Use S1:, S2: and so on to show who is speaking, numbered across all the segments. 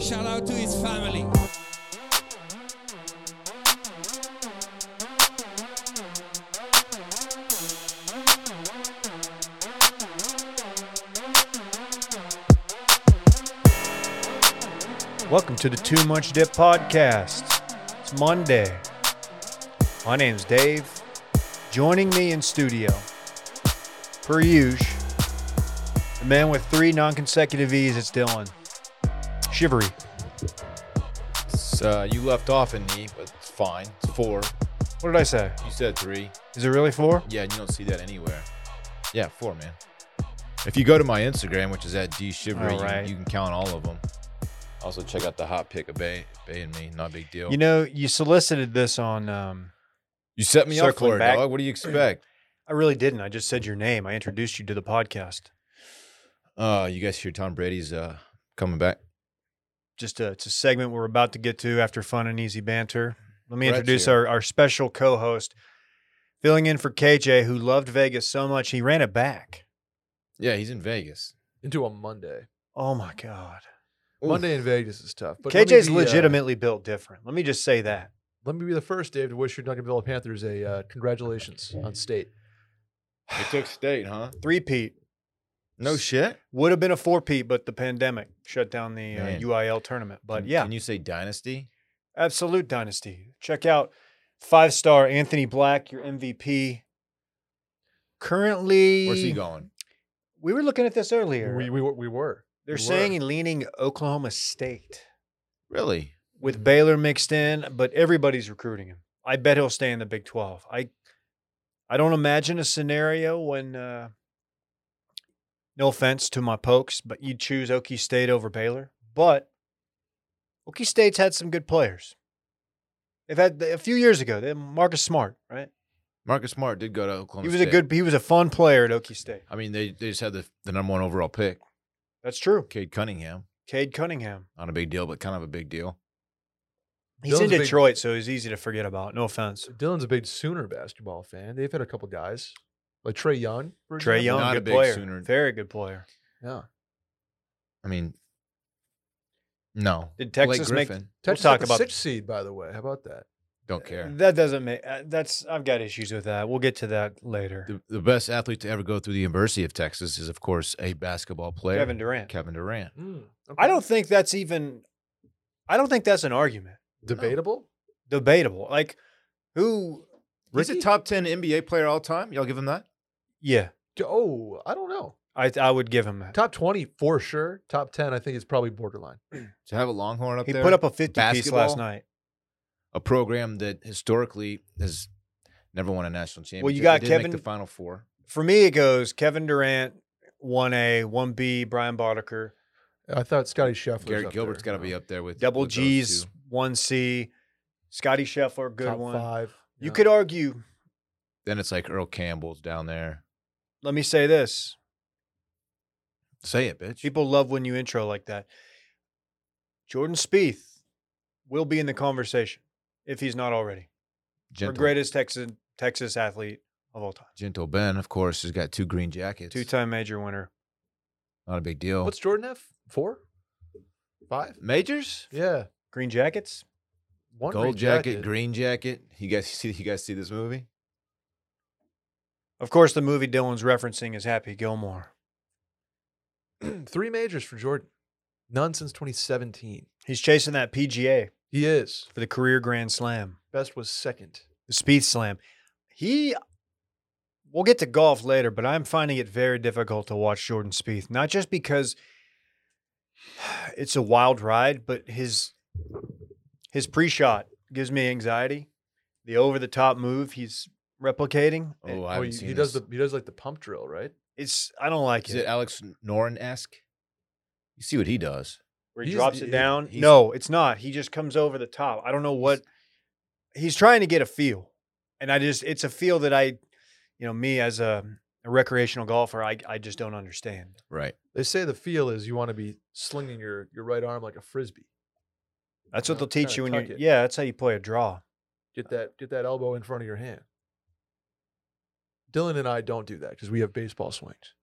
S1: Shout out to his family.
S2: Welcome to the Too Much Dip podcast. It's Monday. My name's Dave. Joining me in studio, per usual, the man with three non-consecutive E's. It's Dylan. Shivery.
S3: It's, uh, you left off in knee, but it's fine. It's four.
S2: What did I say?
S3: You said three.
S2: Is it really four?
S3: Yeah, and you don't see that anywhere. Yeah, four, man. If you go to my Instagram, which is at D Shivery,
S2: All right.
S3: you, can count all of them. Also, check out the hot pick of Bay, Bay and me. Not a big deal.
S2: You know, you solicited this on. Um,
S3: You set me up
S2: Circling
S3: for it,
S2: back.
S3: dog. What do you expect?
S2: I really didn't. I just said your name. I introduced you to the podcast
S3: Uh, you guys hear Tom Brady's uh, coming back?
S2: just a, it's a segment we're about to get to after fun and easy banter. Let me
S3: Brett's
S2: introduce
S3: here.
S2: our, our special co host, filling in for KJ, who loved Vegas so much he ran it back.
S3: Yeah, he's in Vegas.
S4: into a Monday.
S2: Oh my God.
S3: Oof.
S4: Monday in Vegas is tough. But let me
S2: KJ's
S4: be, uh,
S2: legitimately built different. Let me just say that.
S4: let me be the first, Dave, to wish your Duncanville Panthers a uh, congratulations on state.
S3: It took state, huh?
S2: Three Pete
S3: No shit.
S2: would have been a four Pete, but the pandemic shut down the uh,
S3: Man.
S2: UIL tournament. But
S3: Can-
S2: yeah,
S3: Can you say dynasty?
S2: absolute dynasty. Check out five star Anthony Black, your MVP. Currently,
S3: Where's he going?
S2: we were looking at this earlier.
S4: We, we, were- we were.
S2: They're
S4: We were.
S2: saying and leaning Oklahoma State
S3: Really?
S2: with Baylor mixed in, but everybody's recruiting him. I bet he'll stay in the Big Twelve. I, I don't imagine a scenario when. Uh, no offense to my pokes, but you'd choose Okie State over Baylor. But Okie State's had some good players. They've had a few years ago. They had Marcus Smart, right?
S3: Marcus Smart did go to Oklahoma.
S2: he was a
S3: State.
S2: good. He was a fun player at Okie State.
S3: I mean, they, they just had the, the number one overall pick,
S2: That's true.
S3: Cade Cunningham.
S2: Cade Cunningham.
S3: Not a big deal, but kind of a big deal.
S2: He's
S4: Dylan's a
S2: in
S4: big-
S2: Detroit, so he's easy to forget about. No offense.
S4: Dylan's a big Sooner basketball fan. They've had a couple guys like Trey Young. for
S2: Trey
S4: example.
S2: Young,
S3: Not a
S2: good
S3: big
S2: player,
S3: Sooner.
S2: very good player.
S4: Yeah.
S3: I mean, no.
S2: Did
S3: Blake
S2: Texas make-
S3: Griffin,
S4: Texas
S2: talk
S4: got the
S2: about-
S4: sixth seed, by the way. How about that?
S3: Don't care.
S2: That doesn't make uh, that's. I've got issues with that. We'll get to that later.
S3: The, the best athlete to ever go through the University of Texas is, of course, a basketball player,
S2: Kevin Durant.
S3: Kevin Durant.
S4: Mm,
S2: I
S4: okay.
S2: don't think that's even. I don't think that's an argument
S4: debatable.
S2: debatable. Like who?
S3: He's a
S2: Ricky?
S3: top ten NBA player all time. Y'all give him that?
S2: Yeah,
S4: D- Oh, I don't know.
S2: I I would give him that.
S4: Top twenty for sure. Top ten, I think is probably borderline.
S3: To have a Longhorn up
S2: he
S3: there,
S2: put up a fifty piece
S3: Basketball?
S2: last night.
S3: a program that historically has never won a national championship.
S2: Well, you got
S3: They did make
S2: Kevin-
S3: the Final Four.
S2: For me, it goes Kevin Durant, one A, one B, Brian Boddicker,
S4: I thought Scotty Scheffler.
S3: Garrett Gilbert's got to
S4: Uh,
S3: be up there Uh, with
S2: double
S3: with those
S2: G's,
S3: two.
S2: one C, Scotty Scheffler, good
S4: Top
S2: one.
S4: five.
S2: You
S4: Yeah.
S2: could argue.
S3: Then it's like Earl Campbell's down there.
S2: Let me say this:
S3: Say it, bitch.
S2: People love when you intro like that. Jordan Spieth will be in the conversation if he's not already. For
S3: Gentle,
S2: greatest Texas Texas athlete of all time.
S3: Gentle Ben, of course, has got two green jackets.
S2: Two-time major winner.
S3: Not a big deal.
S4: What's Jordan have? Four, five?
S3: majors?
S4: Yeah,
S2: Green Jackets?
S4: one
S3: Gold
S4: green
S3: jacket, green jacket. You guys see? You guys see this movie?
S2: Of course, the movie Dylan's referencing is Happy Gilmore.
S4: Three majors for Jordan. None since 2017.
S2: He's chasing that PGA
S4: He is
S2: for the career Grand Slam,
S4: best was second.
S2: the Spieth Slam. He We'll get to golf later, but I'm finding it very difficult to watch Jordan Spieth, not just because it's a wild ride, but his his pre-shot gives me anxiety. The over-the-top move he's replicating, it-
S3: Oh, I
S4: Oh,
S3: haven't
S4: he,
S3: seen
S4: he does
S3: this.
S4: the he does like the pump drill, right?
S2: it's I don't like
S3: Is it Alex Noren esque? You see what he does?
S2: where he
S4: He's-
S2: drops it
S4: he-
S2: down.
S3: he's-
S2: No, it's not. He just comes over the top. I don't know what he's trying to get a feel, and I just it's a feel that I, you know, me as a, a recreational golfer, I I just don't understand.
S3: Right.
S4: They say the feel is you want to be slinging your your right arm like a frisbee.
S2: That's
S4: You
S2: what
S4: know,
S2: they'll teach
S4: kinda
S2: you when you
S4: tuck it.
S2: yeah. That's how you play a draw.
S3: Uh.
S4: Get that get that elbow in front of your hand. Dylan and I don't do that because we have baseball swings.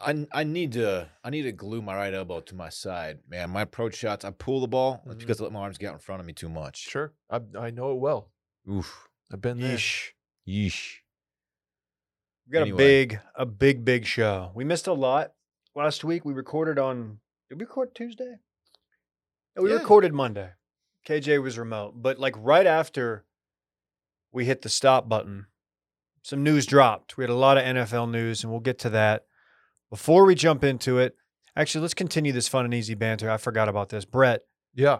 S3: I, I need to I need to glue my right elbow to my side, man. My approach shots, I pull the ball it's
S4: Mhm.
S3: because I let my arms get out in front of me too much.
S4: Sure. I, I know it well.
S3: Oof.
S4: I've been there.
S2: Yeesh.
S3: Yeesh.
S2: We got
S3: Anyway.
S2: a big, a big, big show. We missed a lot last week. We recorded on. Did we record Tuesday? No, we
S3: Yeah.
S2: recorded Monday. KJ was remote, but like right after we hit the stop button, some news dropped. We had a lot of NFL news, and we'll get to that. Before we jump into it, actually, let's continue this fun and easy banter. I forgot about this. Brett,
S4: Yeah,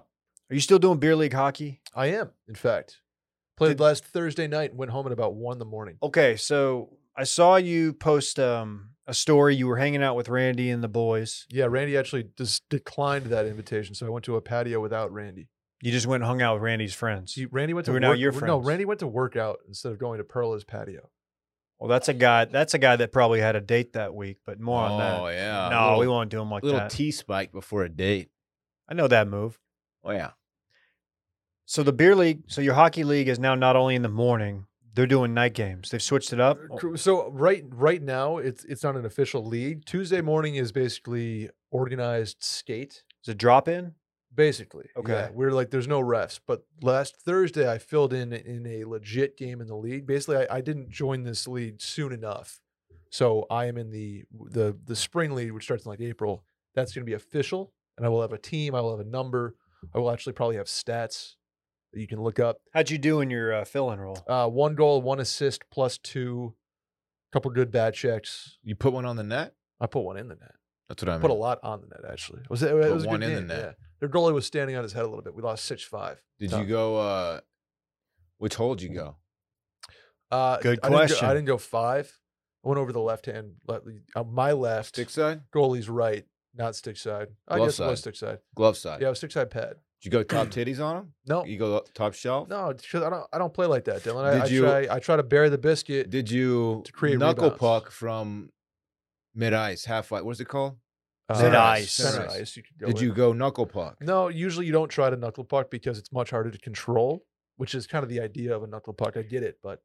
S2: are you still doing beer league hockey?
S4: I am. In fact, played
S2: Did-
S4: last Thursday night and went home at about one in the morning.
S2: Okay, so I saw you post um, a story. You were hanging out with Randy and the boys.
S4: Yeah, Randy actually just declined that invitation, so I went to a patio without Randy.
S2: You just went and hung out with Randy's friends.
S4: See, Randy went to
S2: Who are
S4: work.
S2: now your
S4: No,
S2: friends.
S4: Randy went to work out instead of going to Perla's patio.
S2: Well, that's a guy. That's a guy that probably had a date that week. But more on that.
S3: Oh yeah.
S2: no,
S3: little,
S2: we won't do him like
S3: little
S2: that.
S3: T spike before a date.
S2: I know that move.
S3: Oh yeah.
S2: So the beer league. So your hockey league is now not only in the morning. They're doing night games. They've switched it
S3: Uh,
S2: up. Oh,
S4: Cr- Uh, So right right now it's it's not an official league. Tuesday morning is basically organized skate.
S2: Is it drop in?
S4: Basically.
S2: Okay.
S4: yeah, we're like there's no refs. But last Thursday I filled in in a legit game in the league. Basically I, I didn't join this league soon enough. So I am in the the the spring league, which starts in like April. That's gonna be official. And I will have a team, I will have a number, I will actually probably have stats that you can look up.
S2: How'd you do in your uh, fill-in role?
S4: Uh, one goal, one assist, plus two, couple good bad checks.
S3: You put one on the net?
S4: I put one in the net.
S3: That's what I mean.
S4: Put a lot on the net actually. It was it, was a
S3: one
S4: good
S3: in the
S4: game,
S3: net.
S4: Yeah. Their goalie was standing on his head a little bit. We lost six five.
S3: Did
S4: Tough.
S3: you go uh which hole'd
S2: Mm.
S3: you go?
S4: Uh,
S2: Good
S4: I didn't go-
S2: question.
S4: I didn't go five. I went over the left hand, le- uh, my left.
S3: Stick side?
S4: Goalie's right, not stick side. I
S3: Glove
S4: guess it was
S3: side.
S4: stick side.
S3: Glove side.
S4: Yeah, it was stick side pad.
S3: Did you go top titties on him?
S4: No,
S3: You go top shelf?
S4: no, it's 'cause I don't. I don't play like that, Dylan. I,
S3: Did
S4: I
S3: you-
S4: try. I try to bury the biscuit.
S3: Did you
S4: To create
S3: knuckle
S4: rebounds.
S3: puck from mid ice, half ice? What's it called?
S4: uh,
S2: Center ice.
S4: Center
S3: Center
S4: ice. You could go
S3: Did
S4: in.
S3: you go knuckle puck?
S4: No, usually you don't try to knuckle puck because it's much harder to control, which is kind of the idea of a knuckle puck. I get it, but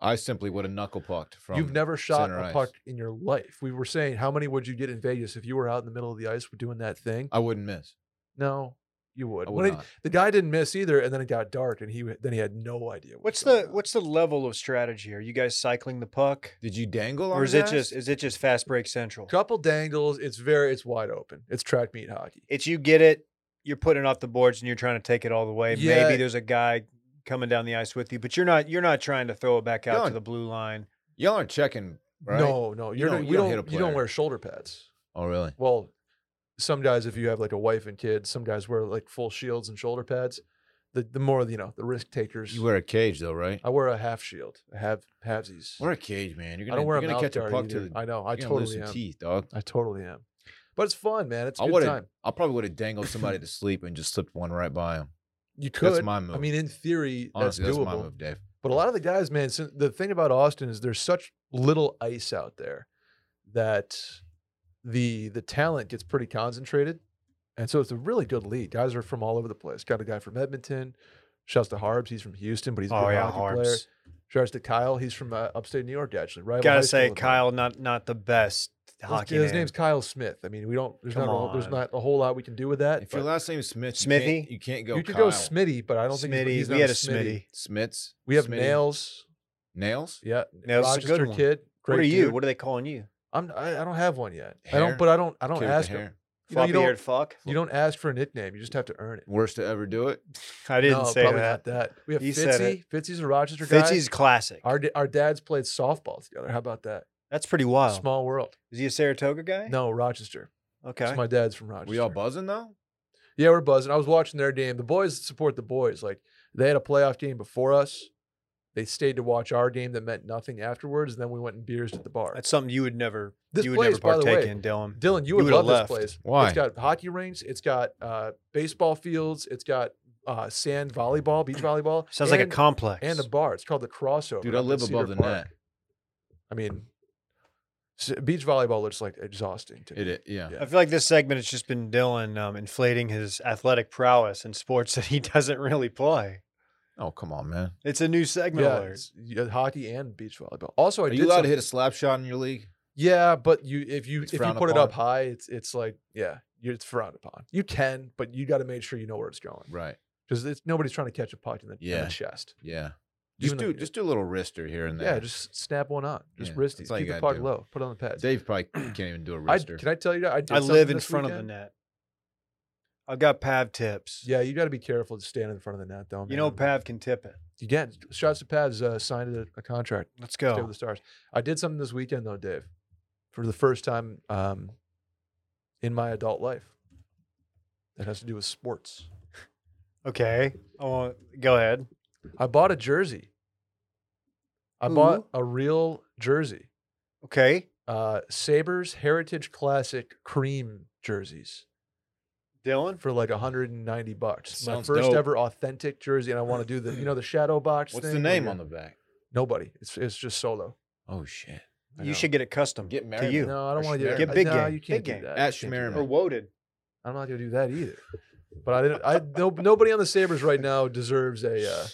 S3: I simply would have knuckle pucked from.
S4: You've never shot
S3: center
S4: a
S3: ice.
S4: puck in your life. We were saying, how many would you get in Vegas if you were out in the middle of the ice doing that thing?
S3: I wouldn't miss.
S4: No, you would.
S3: I
S4: When
S3: would
S4: it-
S3: not.
S4: the guy didn't miss either, and then it got dark, and he then he had no idea.
S2: What's
S4: going
S3: uh,
S2: the
S4: on.
S2: What's the level of strategy? Are you guys cycling the puck,
S3: Did you dangle on?
S2: or is
S3: his
S2: it
S3: ass?
S2: just is it just fast break central?
S4: couple dangles? It's very it's wide open. It's track meet hockey.
S2: It's you get it. You're putting it off the boards and you're trying to take it all the way.
S4: Yeah.
S2: Maybe there's a guy coming down the ice with you, but you're not you're not trying to throw it back out
S3: No.
S2: to the blue line.
S3: Y'all aren't checking, right?
S4: No, no, you're
S3: don't-
S4: not-
S3: you
S4: we
S3: don't hit a
S4: you don't
S3: player.
S4: wear shoulder pads.
S3: Oh, really?
S4: Well, some guys, if you have like a wife and kids, some guys wear like full shields and shoulder pads. The the more you know, the risk takers.
S3: You wear a cage though, right?
S4: I wear a half shield, a half halvesies.
S3: Wear a cage, man. You're
S4: I
S3: gonna,
S4: don't wear
S3: you're
S4: a
S3: gonna
S4: mouth
S3: catch a
S4: guard
S3: puck
S4: either.
S3: to the.
S4: I know. I
S3: you're gonna lose
S4: totally
S3: some
S4: am.
S3: teeth, dog.
S4: I totally am. But it's fun, man. It's a
S3: I
S4: good
S3: would've-
S4: time.
S3: I probably would have dangled somebody to sleep and just slipped one right by him.
S4: You could.
S3: That's my move.
S4: I mean, in theory,
S3: honestly,
S4: that's
S3: that's,
S4: doable.
S3: my move, Dave.
S4: But a lot of the guys, man, sin- the thing about Austin is there's such little ice out there that the the talent gets pretty concentrated, and so it's a really good league. Guys are from all over the place. Got a guy from Edmonton. Shouts to Harbs. He's from Houston, but he's a good hockey player.
S2: Oh, Harbs.
S4: Shouts to Kyle. He's from uh, upstate New York, actually. Right.
S2: Gotta say, Kyle, not not the best
S4: His,
S2: hockey.
S4: his
S2: name.
S4: name's Kyle Smith. I mean, we don't. There's
S2: Come
S4: not. A, whole- there's
S2: on.
S4: not a whole lot we can do with that.
S3: If your
S4: but-
S3: last name is Smith, you
S2: Smithy?
S3: can't, you can't go.
S4: you could
S3: Kyle.
S4: go Smitty, but I don't think he's-
S2: Smitty.
S4: he's
S2: we
S4: not
S2: had a Smitty.
S3: Smits.
S4: We have
S3: Smitty.
S4: nails.
S3: Nails.
S4: Yeah,
S2: Nails is a good
S4: Rochester
S2: one.
S4: kid. Great
S2: What are you?
S4: dude.
S2: What are they calling you?
S4: I'm. I, I don't have one yet. I
S3: Hair?
S4: don't. But I don't. I
S3: Kid
S4: don't
S3: with the
S4: ask him.
S3: hair.
S4: You, know, you don't.
S2: Floppy-eared fuck.
S4: You don't ask for a nickname. You just have to earn it.
S3: Worst to ever do it.
S2: I didn't
S4: no,
S2: say
S4: probably
S2: that.
S4: Not that. We have
S2: He said
S4: Fitzy. Fitzy's a Rochester guy.
S2: Fitzy's classic.
S4: our da- our dads played softball together. How about that?
S2: That's pretty wild.
S4: Small world.
S2: Is he a Saratoga guy?
S4: No, Rochester.
S2: Okay.
S4: So my dad's from Rochester.
S3: We all buzzing though.
S4: Yeah, we're buzzing. I was watching their game. The boys support the boys. Like they had a playoff game before us. They stayed to watch our game that meant nothing afterwards, and then we went and beers at the bar.
S2: That's something you would never.
S4: This
S2: you would
S4: place,
S2: never
S4: by the
S2: partake
S4: way,
S2: in, Dylan. You
S4: Dylan, you would
S2: would've
S4: love
S2: left.
S4: this place.
S3: Why?
S4: It's got hockey rinks. It's got uh, baseball fields. It's got uh, sand volleyball, beach volleyball.
S2: Sounds like a
S4: and-
S2: complex.
S4: and a bar. It's called the crossover.
S3: Dude, I
S4: up in
S3: live above
S4: Cedar
S3: the
S4: Park.
S3: net.
S4: I mean, s- beach volleyball looks like exhausting to me.
S3: It, it yeah.
S4: Yeah.
S2: I feel like this segment has just been Dylan um, inflating his athletic prowess in sports that he doesn't really play.
S3: Oh come on, man.
S2: It's a new segment
S4: Yeah,
S2: alert.
S4: it's- yeah, hockey and beach volleyball. Also, I
S3: Are
S4: did
S3: you allowed to
S4: some-
S3: hit a slap shot in your league?
S4: Yeah, but you if you
S3: It's
S4: if you
S3: frowned
S4: put it up
S3: upon.
S4: high, it's it's like yeah, you, it's frowned upon. You can, but you got to make sure you know where it's going
S3: Right.
S4: because it's nobody's trying to catch a puck in the, in
S3: Yeah.
S4: the chest.
S3: Yeah. Just
S4: Even though
S3: do
S4: you-
S3: just do a little wrister here and there.
S4: Yeah, just snap one on, just
S3: Yeah,
S4: wrist it,
S3: that's all you
S4: keep the
S3: gotta
S4: puck
S3: do.
S4: low, put it on the pads.
S3: Dave probably can't even do a
S4: I,
S3: wrister.
S4: can I tell you? that I, did
S2: I live
S4: something
S2: in
S4: this
S2: front of
S4: weekend?
S2: the net. I've got Pav tips.
S4: Yeah, you got to be careful to stand in front of the net, though.
S2: you know
S4: man.
S2: Pav can tip it.
S4: Again, shouts to Pavs uh, signed a, a contract.
S2: Let's
S4: Stay
S2: go.
S4: with the stars. I did something this weekend though, Dave, for the first time um, in my adult life. That has to do with sports.
S2: Okay. Oh, go ahead.
S4: I bought a jersey. I bought a real jersey.
S2: Okay.
S4: Uh, Sabres Heritage Classic cream jerseys
S2: Dylan.
S4: for like 190 bucks.
S3: Sounds
S4: My first
S3: dope.
S4: ever authentic jersey, and I want to do the you know the shadow box.
S3: What's
S4: thing
S3: the
S4: where
S3: name
S4: you're-
S3: on the back?
S4: Nobody. It's it's just solo.
S3: Oh shit.
S4: I know.
S2: You should get it custom
S3: Get
S2: to
S3: married.
S2: you.
S4: No, I
S3: Or
S4: don't want to get
S3: Schmearman.
S2: Get big
S4: no,
S2: game,
S4: You can't
S2: big
S4: do
S2: game.
S4: that.
S3: At
S4: You can't do
S3: Schmearman.
S4: that.
S2: Or woaded.
S4: I'm not gonna do that either. But I didn't. I no, nobody on the Sabers right now deserves a uh,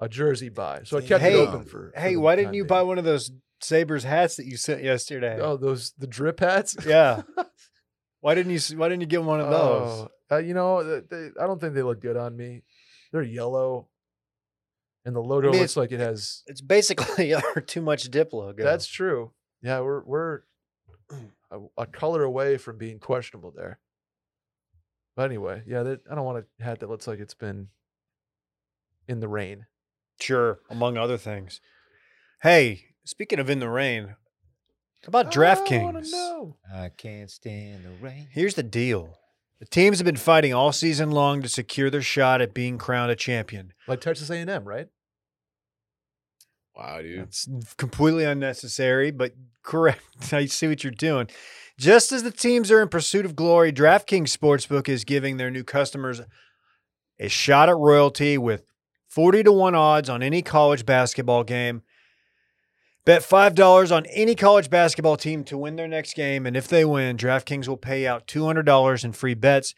S4: a jersey buy. So I kept
S2: Hey,
S4: it open for. for
S2: Hey,
S4: the
S2: why didn't
S4: time
S2: you
S4: being.
S2: buy one of those Sabres hats that you sent yesterday?
S4: Oh, those the drip hats.
S2: Yeah. why didn't you s- why didn't you get one of those?
S4: Oh, uh, you know, th- they, I don't think they look good on me. They're yellow, and the logo
S2: I mean,
S4: looks like it has.
S2: It's basically our too much dip logo.
S4: That's true. Yeah, we're we're a, a color away from being questionable there. But anyway, yeah, that, I don't want a hat that looks like it's been in the rain.
S2: sure, among other things. Hey, speaking of in the rain, how about DraftKings?
S3: I can't stand the rain.
S2: Here's the deal. The teams have been fighting all season long to secure their shot at being crowned a champion.
S4: Like Texas A&M, right?
S3: Wow, dude.
S2: It's completely unnecessary, but correct. I see what you're doing. Just as the teams are in pursuit of glory, DraftKings Sportsbook is giving their new customers a shot at royalty with 40 to 1 odds on any college basketball game. Bet $5 on any college basketball team to win their next game, and if they win, DraftKings will pay out $200 in free bets.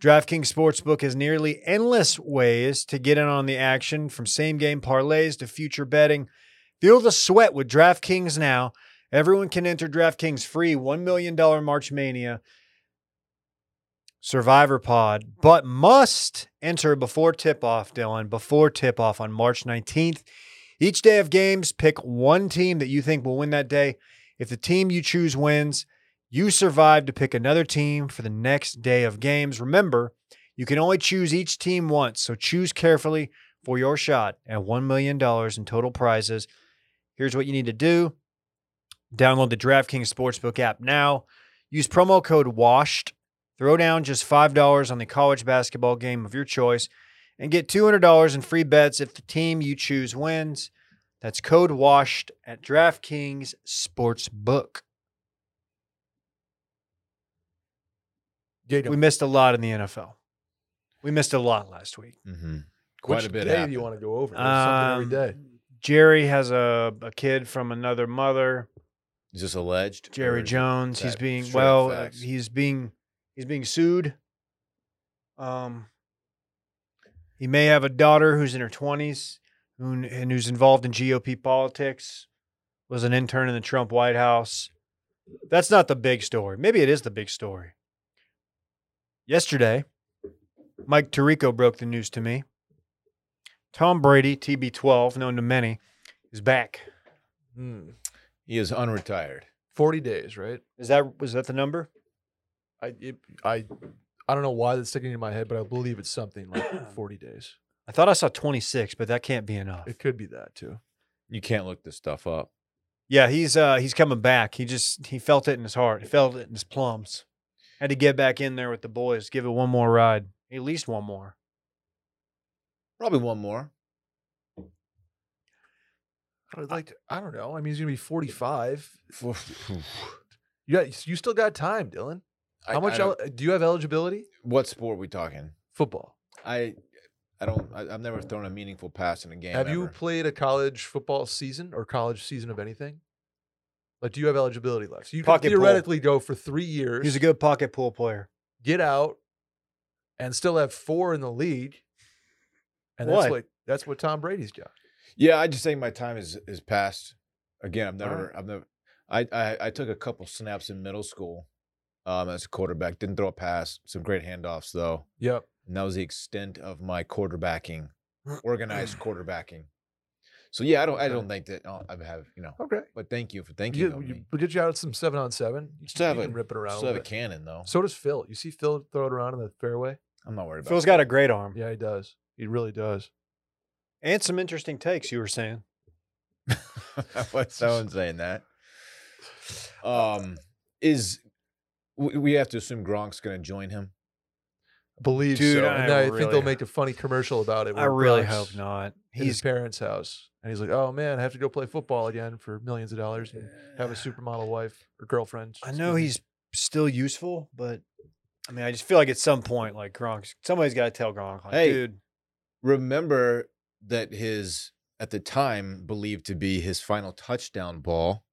S2: DraftKings Sportsbook has nearly endless ways to get in on the action from same game parlays to future betting. Feel the sweat with DraftKings now. Everyone can enter DraftKings free $1 million March Mania Survivor Pod, but must enter before tip off, Dylan, before tip off on March 19th. Each day of games, pick one team that you think will win that day. If the team you choose wins, you survive to pick another team for the next day of games. Remember, you can only choose each team once, so choose carefully for your shot at $1 million in total prizes. Here's what you need to do download the DraftKings Sportsbook app now. Use promo code WASHED. Throw down just $5 on the college basketball game of your choice and get $200 in free bets if the team you choose wins. That's code WASHED at DraftKings Sportsbook.
S4: Gato.
S2: We missed a lot in the NFL. We missed a lot last week.
S3: Mm-hmm. Quite
S4: Which
S3: a bit.
S4: day do you
S3: happened.
S4: want to go over? There's something every day.
S2: Um, Jerry has a, a kid from another mother.
S3: Is this alleged? or
S2: Jerry
S3: is it-
S2: Jones. He's
S3: fact-
S2: being
S3: straight up
S2: well. uh,
S3: facts?
S2: He's being he's being sued. Um, he may have a daughter who's in her twenties, who and who's involved in GOP politics. Was an intern in the Trump White House. That's not the big story. Maybe it is the big story. Yesterday, Mike Tirico broke the news to me. Tom Brady, TB12, known to many, is back. Um.
S4: Hmm.
S3: He is unretired.
S4: 40 days, right?
S2: Is that was that the number?
S4: I, it, I, I don't know why that's sticking in my head, but I believe it's something like 40 days.
S2: I thought I saw 26, but that can't be enough.
S4: It could be that too.
S3: You can't look this stuff up.
S2: Yeah, he's uh he's coming back. He just he felt it in his heart. He felt it in his plums. Had to get back in there with the boys, give it one more ride. At least one more.
S3: Probably one more.
S4: I'd like to, I don't know. I mean, he's gonna be 45.
S3: How
S4: You got, you still got time, Dylan. How much el- uh, do you have eligibility?
S3: what sport we talking?
S4: Football.
S3: I I don't I, I've never thrown a meaningful pass in a game.
S4: have you
S3: ever.
S4: played a college football season or college season of anything? Like, do you have eligibility left? So you
S2: Pocket
S4: could
S2: pool.
S4: theoretically go for three years.
S2: He's a good pocket pool player.
S4: get out and still have four in the league. And that's
S2: What?
S4: what that's what Tom Brady's got.
S3: Yeah, I just think my time is is past. Again, I've never I've never I, I I took a couple snaps in middle school um, as a quarterback. Didn't throw a pass. Some great handoffs though,
S4: Yep.
S3: and that was the extent of my quarterbacking, organized quarterbacking. So yeah, I don't I
S4: Okay.
S3: don't think that oh, I have you know.
S4: Okay.
S3: But thank you for thanking
S4: You,
S3: you,
S4: you,
S3: me.
S4: we'll get you out some seven on seven. You,
S3: Still have
S4: you
S3: a-
S4: can rip it around.
S3: Still have
S4: a
S3: a
S4: bit.
S3: cannon though.
S4: So does Phil. You see Phil throw it around in the fairway?
S3: I'm not worried about.
S2: Phil's
S3: that.
S2: got a great arm
S4: Yeah, he does. He really does.
S2: and some interesting takes. You were saying
S3: What's someone saying that?
S4: Uh,
S3: Um, is we, we have to assume Gronk's going to join him?
S4: Believe
S2: Dude,
S4: so. And
S2: I
S4: I, think they'll
S2: really-
S4: make a funny commercial about it.
S2: I
S4: where
S2: really
S4: Gronk's
S2: hope not.
S4: in his
S2: He's
S4: parents' house, and he's like, "Oh man, I have to go play football again for millions of dollars and have a supermodel wife or girlfriend."
S2: I
S4: excuse
S2: know
S4: me."
S2: he's still useful, but I mean, I just feel like at some point, like Gronk, somebody's got to tell Gronk, like,
S3: Hey.
S2: dude,
S3: Remember that his at the time believed to be his final touchdown ball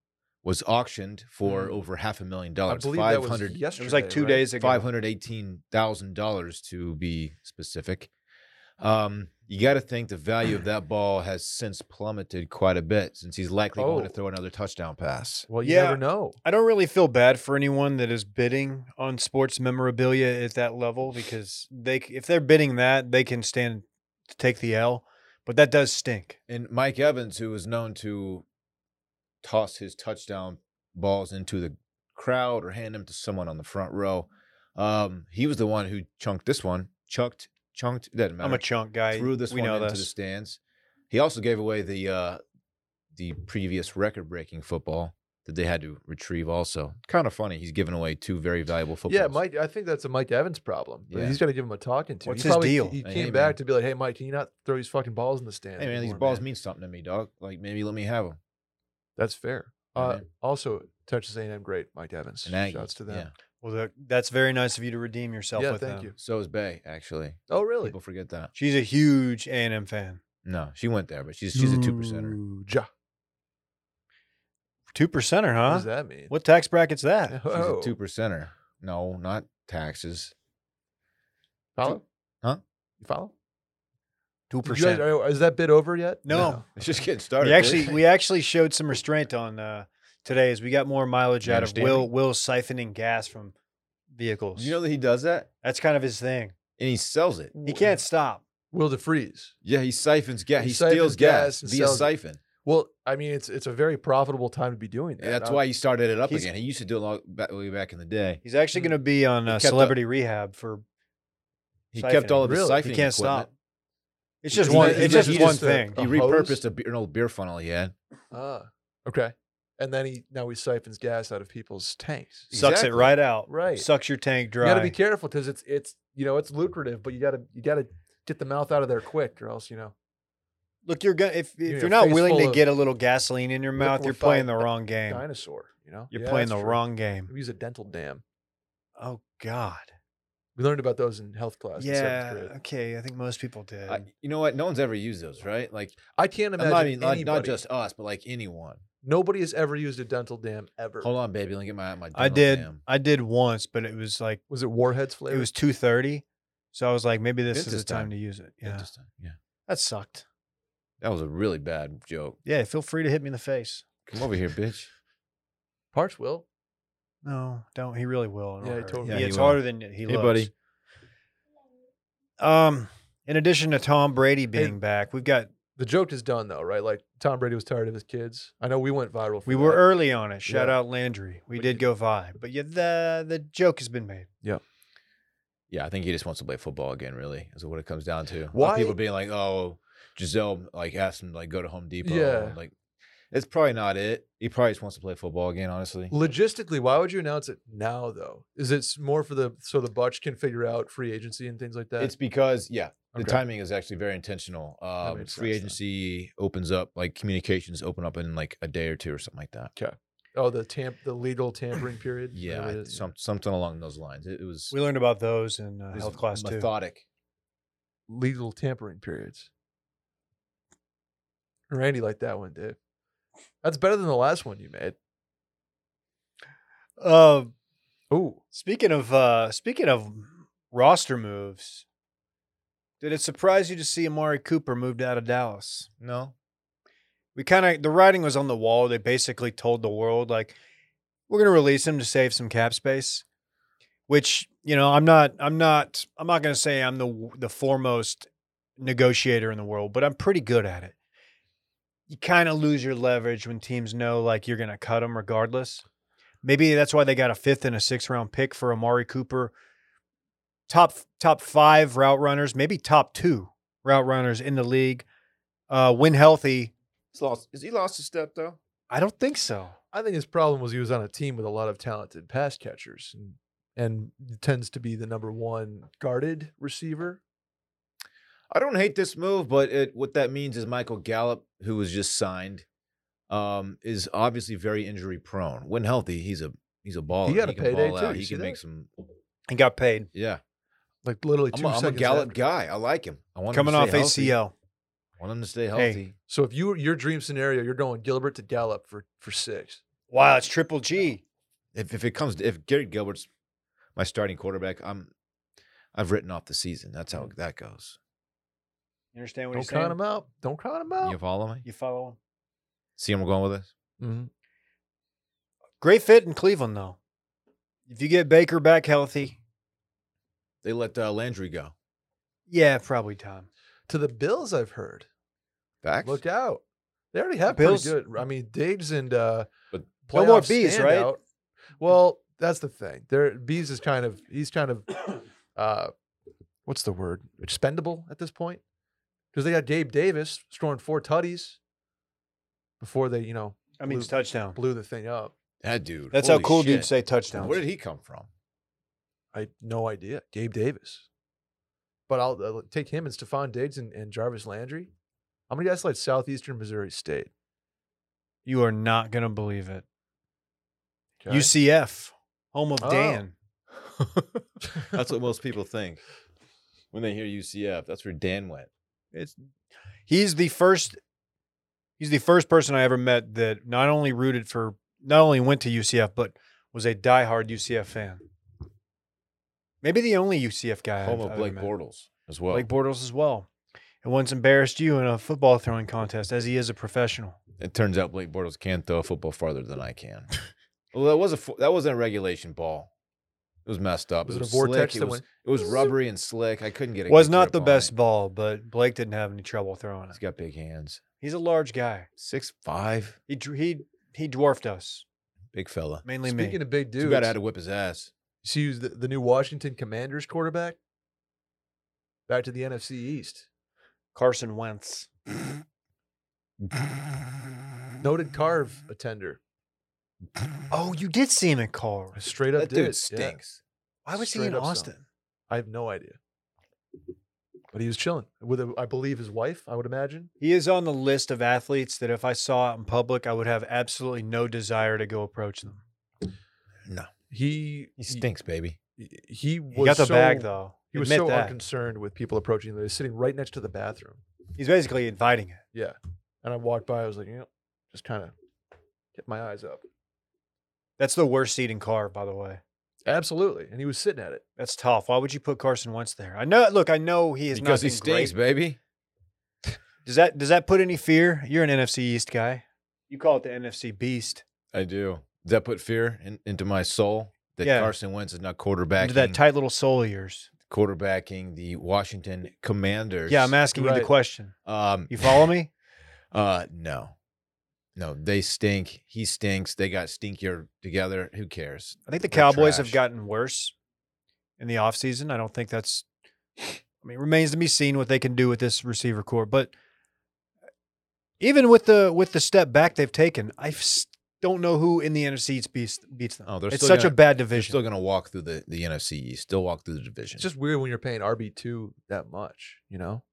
S3: was auctioned for
S4: Mm.
S3: over half a million
S4: I
S3: dollars,
S4: believe that
S3: five
S4: was
S3: hundred
S2: it
S4: yesterday.
S2: was like two
S4: right?
S2: days ago.
S3: five hundred eighteen thousand dollars to be specific. Um, you got to think the value of that ball has since plummeted quite a bit since he's likely going to
S4: Oh.
S3: throw another touchdown pass.
S4: Well, you
S2: Yeah.
S4: never know.
S2: I don't really feel bad for anyone that is bidding on sports memorabilia at that level because they, c- if they're bidding that, they can stand to take the L, but that does stink.
S3: And Mike Evans, who was known to toss his touchdown balls into the crowd or hand them to someone on the front row, um, he was the one who chunked this one, chunked, chunked. Doesn't matter.
S2: I'm a chunk guy.
S3: threw this
S2: we
S3: one
S2: know
S3: into
S2: this.
S3: the stands. He also gave away the uh, the previous record-breaking football that they had to retrieve. Also, kind of funny. He's giving away two very valuable footballs.
S4: Yeah, Mike. I think that's a Mike Evans problem.
S3: Yeah.
S4: He's got to give him a talking to.
S2: What's
S4: he
S2: his
S4: probably,
S2: deal?
S4: He
S3: Hey,
S4: came
S3: hey,
S4: back
S3: man.
S4: to be like, "Hey, Mike, can you not throw these fucking balls in the stand?"
S3: Hey man, these
S4: anymore,
S3: balls
S4: man?"
S3: mean something to me, dog. Like maybe let me have them.
S4: That's fair.
S3: Yeah,
S4: Uh,
S3: man.
S4: also, Texas A&M great, Mike Evans. Shouts to them.
S3: Yeah.
S2: Well, that, that's very nice of you to redeem yourself
S4: Yeah,
S2: with
S4: thank
S2: them.
S4: you.
S3: So is Bay actually.
S4: Oh, really?
S3: People forget that.
S2: She's a huge A&M fan.
S3: No, she went there, but she's she's a two percenter.
S4: Ja.
S2: Two percenter,
S4: What
S2: huh?
S4: does that mean?
S2: What tax bracket's that?
S3: She's
S4: Oh,
S3: a two percenter. No, not taxes.
S4: follow?
S3: Huh?
S4: You follow?
S2: Two
S4: Did you guys-
S2: percent.
S4: are- is that bid over yet?
S2: No.
S3: It's just getting started.
S2: We
S3: dude.
S2: actually we actually showed some restraint on uh, today as we got more mileage
S3: You
S2: out of Will
S3: understanding?
S2: Will siphoning gas from vehicles.
S3: you know that he does that
S2: that's kind of his thing.
S3: and he sells it.
S2: He can't stop.
S4: Will DeFreeze.
S3: Yeah, he siphons gas.
S4: He
S3: He,
S4: siphons
S3: steals
S4: gas
S3: gas,
S4: and
S3: via
S4: sells it.
S3: siphon.
S4: Well, I mean, it's it's a very profitable time to be doing that. Uh,
S3: Yeah, that's
S4: I-
S3: why he started it up
S2: he's-
S3: again. He used to do it long, back, way back in the day.
S2: He's actually going to be on
S3: Mm. He
S2: uh,
S3: kept up.
S2: Celebrity Rehab for.
S3: He kept all of his
S4: Really?
S3: siphoning
S2: He can't stop.
S3: equipment.
S2: It's
S4: He
S2: just
S4: just-
S2: one.
S4: he
S2: It's
S4: just
S2: just one
S4: used to-
S2: thing.
S4: The
S3: He
S4: hose?
S3: repurposed a, be- an old beer funnel he had.
S4: Ah, okay. And then he now he siphons gas out of people's tanks.
S2: Sucks it
S3: Exactly.
S2: right out.
S4: Right.
S2: Sucks your tank
S4: You
S2: dry.
S4: got to be careful because it's it's you know it's lucrative, but you got to you got to get the mouth out of there quick, or else you know.
S2: Look, you're gonna if,
S4: need
S2: if
S4: a
S2: you're not
S4: face
S2: willing
S4: full
S2: to
S4: of
S2: get a little gasoline in your mouth, you're playing
S4: liquefied
S2: the wrong game.
S4: Dinosaur, you know.
S2: You're
S4: Yeah,
S2: playing
S4: that's
S2: the
S4: true.
S2: wrong
S4: We
S2: game.
S4: use a dental dam.
S2: Oh God.
S4: We learned about those in health class. in
S2: Yeah.
S4: seventh grade.
S2: Okay. I think most people did.
S3: I, you know what? No one's ever used those, right? Like,
S4: I can't
S3: I'm
S4: imagine
S3: not, mean, not,
S4: anybody.
S3: not just us, but like anyone.
S4: nobody has ever used a dental dam ever.
S3: Hold on, baby. Let me get my my.
S2: I
S4: oh,
S3: dental
S2: did.
S3: dam.
S2: I did once, but it was like
S4: Was it Warheads flavor?
S2: it was two thirty, so I was like, maybe this is
S3: Dentist
S2: the time
S3: time.
S2: to use it. Yeah,
S3: Interesting. Yeah.
S2: that sucked.
S3: That was a really bad joke.
S2: Yeah, feel free to hit me in the face.
S3: Come over here, bitch.
S4: Parts will.
S2: No, don't. He really will. it'll
S4: Yeah, he
S2: hurt.
S4: totally
S2: Yeah,
S3: will.
S2: it's harder than he
S3: Hey,
S2: looks.
S3: buddy.
S2: Um, in addition to Tom Brady being back, we've got
S4: The joke is done though, right? Like Tom Brady was tired of his kids. I know we went viral. For
S2: we
S4: that.
S2: were early on it. Shout
S4: Yeah.
S2: out Landry. We
S4: But
S2: did
S4: you-
S2: go vibe, but yeah, the the joke has been made.
S3: Yeah, I think he just wants to play football again. Really, is what it comes down to. A lot of
S4: Why-
S3: people being like, "Oh, Giselle like asked him to like go to Home Depot."
S4: Yeah.
S3: and, like it's probably not it. He probably just wants to play football again. Honestly,
S4: Logistically, why would you announce it now though? Is it s- more for the so the Butch can figure out free agency and things like that?
S3: it's because yeah, the
S4: Okay.
S3: timing is actually very intentional. Um,
S4: makes
S3: free
S4: sense then.
S3: agency opens up, like communications open up in like a day or two or something like that.
S4: oh the tamp the legal tampering period.
S3: Yeah,
S4: whatever
S3: I-
S4: it is,
S3: some, something along those lines. It, it was
S2: We learned about those in uh,
S3: it was
S2: health class too.
S3: methodic.
S4: legal tampering periods. Randy liked that one, dude. That's better than the last one you made.
S2: Uh,
S4: Ooh,
S2: Speaking of uh speaking of roster moves, did it surprise you to see Amari Cooper moved out of Dallas?
S3: No,
S2: we kind of the writing was on the wall. They basically told the world like we're going to release him to save some cap space, which you know I'm not I'm not I'm not going to say I'm the w- the foremost negotiator in the world, but I'm pretty good at it. You kind of lose your leverage when teams know like you're going to cut them regardless. Maybe that's why they got a fifth and a sixth round pick for Amari Cooper. Top top five route runners, maybe top two route runners in the league. Uh, when healthy,
S3: He's lost. Is he lost his step though?
S2: I don't think so.
S4: I think his problem was he was on a team with a lot of talented pass catchers and, and tends to be the number one guarded receiver.
S3: I don't hate this move, but it, what that means is Michael Gallup, who was just signed, um, is obviously very injury prone. When healthy, he's a he's a baller.
S4: got a
S3: can
S4: payday
S3: ball
S4: too,
S3: out.
S4: you
S3: He
S4: see
S3: can
S4: that?
S3: make some.
S2: He got paid.
S3: Yeah,
S4: Like literally 2
S3: I'm a, I'm a
S4: seconds.
S3: Gallup
S4: after.
S3: guy. I like him. I want
S2: Coming
S3: him to
S2: off
S3: stay healthy.
S2: ACL.
S3: I want him to stay
S2: Hey.
S3: healthy.
S4: So if you your dream scenario, you're going Gilbert to Gallup for for six.
S2: Wow, it's triple G.
S3: If if it comes, if Gary Gilbert's my starting quarterback, I'm I've written off the season. That's how that goes.
S2: You understand what
S4: Don't
S2: he's saying?
S4: count him out. Don't count him
S3: You
S4: out.
S3: follow me?
S2: You follow him?
S3: See where I'm going with this?
S4: Mhm.
S2: Great fit in Cleveland, though. If you get Baker back healthy,
S3: They let uh, Landry go.
S2: yeah, probably time.
S4: To the Bills, I've heard.
S3: Back.
S4: Look out. They already have
S2: Bills-
S4: pretty good. I mean, Diggs and uh
S3: But
S2: No more
S4: playoff
S2: Bs, right?
S4: standout- Well, that's the thing. There Bees is kind of he's kind of uh what's the word? Expendable at this point. Because they got Gabe Davis scoring four tutties before they, you know,
S2: I mean, it's
S4: Blue-
S2: touchdown.
S4: blew the thing up.
S3: That dude.
S2: That's
S3: holy
S2: how cool
S3: shit.
S2: dudes say touchdowns.
S3: Where did he come from?
S4: I no idea. Gabe Davis. But I'll, uh take him and Stephon Diggs and, and Jarvis Landry. I'm gonna guess like Southeastern Missouri State.
S2: you are not going to believe it.
S4: okay?
S2: UCF, home of
S4: Oh.
S2: Dan.
S3: that's what most people think when they hear UCF. That's where Dan went.
S2: It's he's the first he's the first person I ever met that not only rooted for not only went to UCF but was a diehard UCF fan. Maybe the only UCF guy.
S3: Home
S2: I've
S3: of
S2: ever
S3: Blake
S2: met.
S3: Bortles as well.
S2: Blake Bortles as well, and once embarrassed you in a football throwing contest as he is a professional.
S3: it turns out Blake Bortles can throw a football farther than I can. well, that was a fo- that wasn't a regulation ball. It was messed up.
S4: Was it a
S3: slick.
S4: vortex that
S3: It was,
S4: went-
S3: it was rubbery and slick. I couldn't get it.
S2: Was not the best ball, but Blake didn't have any trouble throwing
S3: He's
S2: it.
S3: got big hands.
S2: He's a large guy.
S3: Six five,
S2: He dr- he he dwarfed us
S3: big fella.
S2: mainly me.
S4: Speaking of big dudes,
S3: Too bad I had to whip his ass.
S4: See who's the, the new Washington Commanders quarterback? Back to the NFC East.
S2: Carson Wentz.
S4: Noted carve attender.
S2: Oh, you did see him at Carl.
S4: I straight up
S3: That
S4: did.
S3: dude
S4: yeah.
S3: stinks.
S2: Why was he
S4: Straight
S2: in
S4: up some.
S2: Austin?
S4: I have no idea. But he was chilling with, a, I believe, his wife, I would imagine.
S2: He is on the list of athletes that if I saw out in public, I would have absolutely no desire to go approach them.
S4: He
S3: He stinks, baby.
S4: He, he was
S2: He got the
S4: so,
S2: bag though.
S4: He was
S2: Admit
S4: so
S2: that.
S4: unconcerned with people approaching him. He was sitting right next to the bathroom.
S2: He's basically inviting it.
S4: Yeah. And I walked by. I was like, you know, just kind of kept my eyes up.
S2: That's the worst seat in car, by the way.
S4: Absolutely. And he was sitting at it.
S2: That's tough. Why would you put Carson Wentz there? I know. Look, I know he is
S3: Because
S2: not
S3: he
S2: been
S3: stinks,
S2: great.
S3: baby.
S2: Does that does that put any fear? You're an NFC East guy. You call it the NFC Beast.
S3: I do. Does that put fear in, into my soul that
S2: Yeah.
S3: Carson Wentz is not quarterbacking
S2: Into that tight little soul of yours.
S3: quarterbacking the Washington Commanders.
S2: Yeah, I'm asking you
S4: Right.
S2: the question.
S3: um,
S2: You follow me?
S3: uh, no, no, they stink. He stinks. They got stinkier together. Who cares?
S2: I think the
S3: We're
S2: Cowboys have
S3: trash.
S2: gotten worse in the offseason. I don't think that's I mean, it remains to be seen what they can do with this receiver core. But uh, even with the with the step back they've taken, I s- don't know who in the NFC East beats beats them.
S3: Oh, they're
S2: it's
S3: still
S2: such a
S3: gonna-
S2: bad
S3: They're
S2: division.
S3: still gonna walk through the the NFC East. Still walk through the division.
S4: It's just weird when you're paying RB2 that much, you know?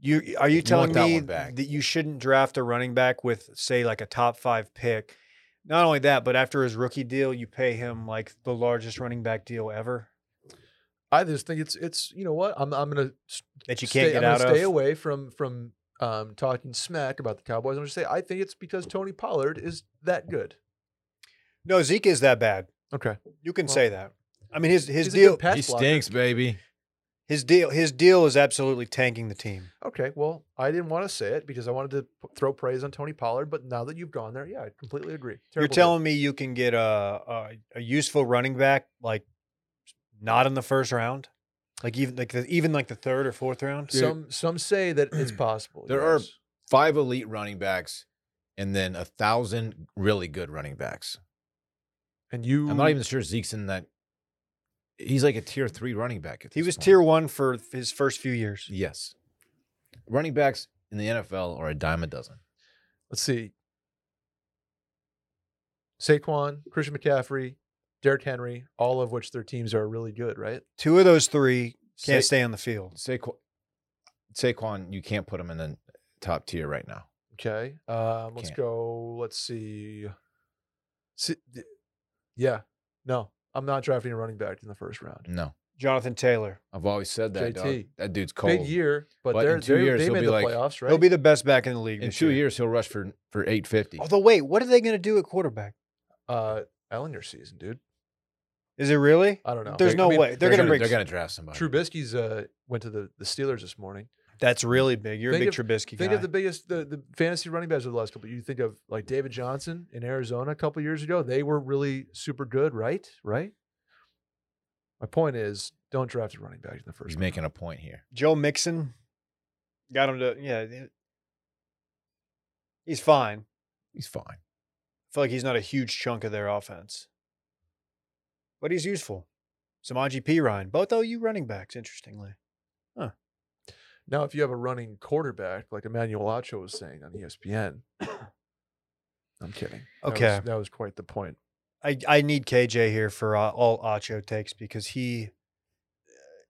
S2: you are you
S3: want
S2: telling
S3: that
S2: me
S3: one back.
S2: that you shouldn't draft a running back with say like a top five pick? Not only that, but after his rookie deal, you pay him like the largest running back deal ever
S4: I just think it's it's you know what I'm I'm gonna s-
S2: that you can't
S4: stay,
S2: get
S4: I'm
S2: out
S4: gonna
S2: of.
S4: stay away from from um, talking smack about the Cowboys. I'm gonna say I think it's because Tony Pollard is that good.
S2: No, Zeke is that bad.
S4: Okay,
S2: You can
S4: Well,
S2: say that. I mean, his his
S4: he's a good
S2: deal
S4: pass
S3: he
S4: blocker.
S3: stinks, baby.
S2: His deal, his deal is absolutely tanking the team.
S4: Okay, well, I didn't want to say it because I wanted to p- throw praise on Tony Pollard, but now that you've gone there, yeah, I completely agree.
S2: You're telling me you can get a, a a useful running back like not in the first round, like even like the, even like the third or fourth round.
S3: Dude.
S4: some some say that it's possible.
S3: There are- Five elite running backs, and then a thousand really good running backs.
S4: and you.
S3: I'm
S2: Hmm.
S3: not even sure Zeke's in that. He's like a tier three running back. At
S2: He
S3: this
S2: was
S3: point.
S2: tier one for his first few years.
S3: Yes. Running backs in the NFL are a dime a dozen.
S4: Let's see. Saquon, Christian McCaffrey, Derrick Henry, all of which their teams are really good, right?
S2: Two of those three can't
S3: Sa-
S2: stay on the field.
S3: Saquon, Saquon, you can't put him in the top tier right now.
S4: Okay. Um, let's
S3: Can't.
S4: go. Let's see. see th- yeah. No, I'm not drafting a running back in the first round.
S3: No,
S2: Jonathan Taylor,
S3: I've always said that. dog.
S4: JT.
S3: That dude's cold.
S4: Big year, but,
S3: But in
S4: they're,
S3: two
S4: they're
S3: years,
S4: they
S3: he'll
S4: made
S3: be
S4: the
S3: like-
S4: playoffs, right?
S2: he'll be the best back in the league
S3: In
S2: this
S3: two
S2: year.
S3: years, he'll rush for for eight fifty.
S2: Although, wait, what are they going to do at quarterback?
S4: uh, Ellinger season, dude.
S2: Is it really?
S4: I don't know.
S2: There's
S4: I
S2: no
S4: mean,
S2: way. They're gonna bring-
S3: They're gonna draft somebody.
S4: Trubisky's uh, went to the, the Steelers this morning.
S2: That's really big. You're a
S4: Think
S2: big Trubisky
S4: Think
S2: guy.
S4: of the biggest the, the fantasy running backs of the last couple. You think of like David Johnson in Arizona a couple years ago. They were really super good, right? Right. My point is, don't draft a running back in the first.
S3: He's
S4: round.
S3: making a point here.
S2: Joe Mixon got him to yeah. he- He's fine.
S3: He's fine.
S2: I feel like he's not a huge chunk of their offense, but he's useful. Samaji P. Ryan, both OU running backs, interestingly.
S4: Now, if you have a running quarterback like Emmanuel Acho was saying on E ESPN, I'm kidding. That was-
S2: Okay.
S4: that was, quite the point.
S2: I, I need KJ here for uh, all Acho takes because he,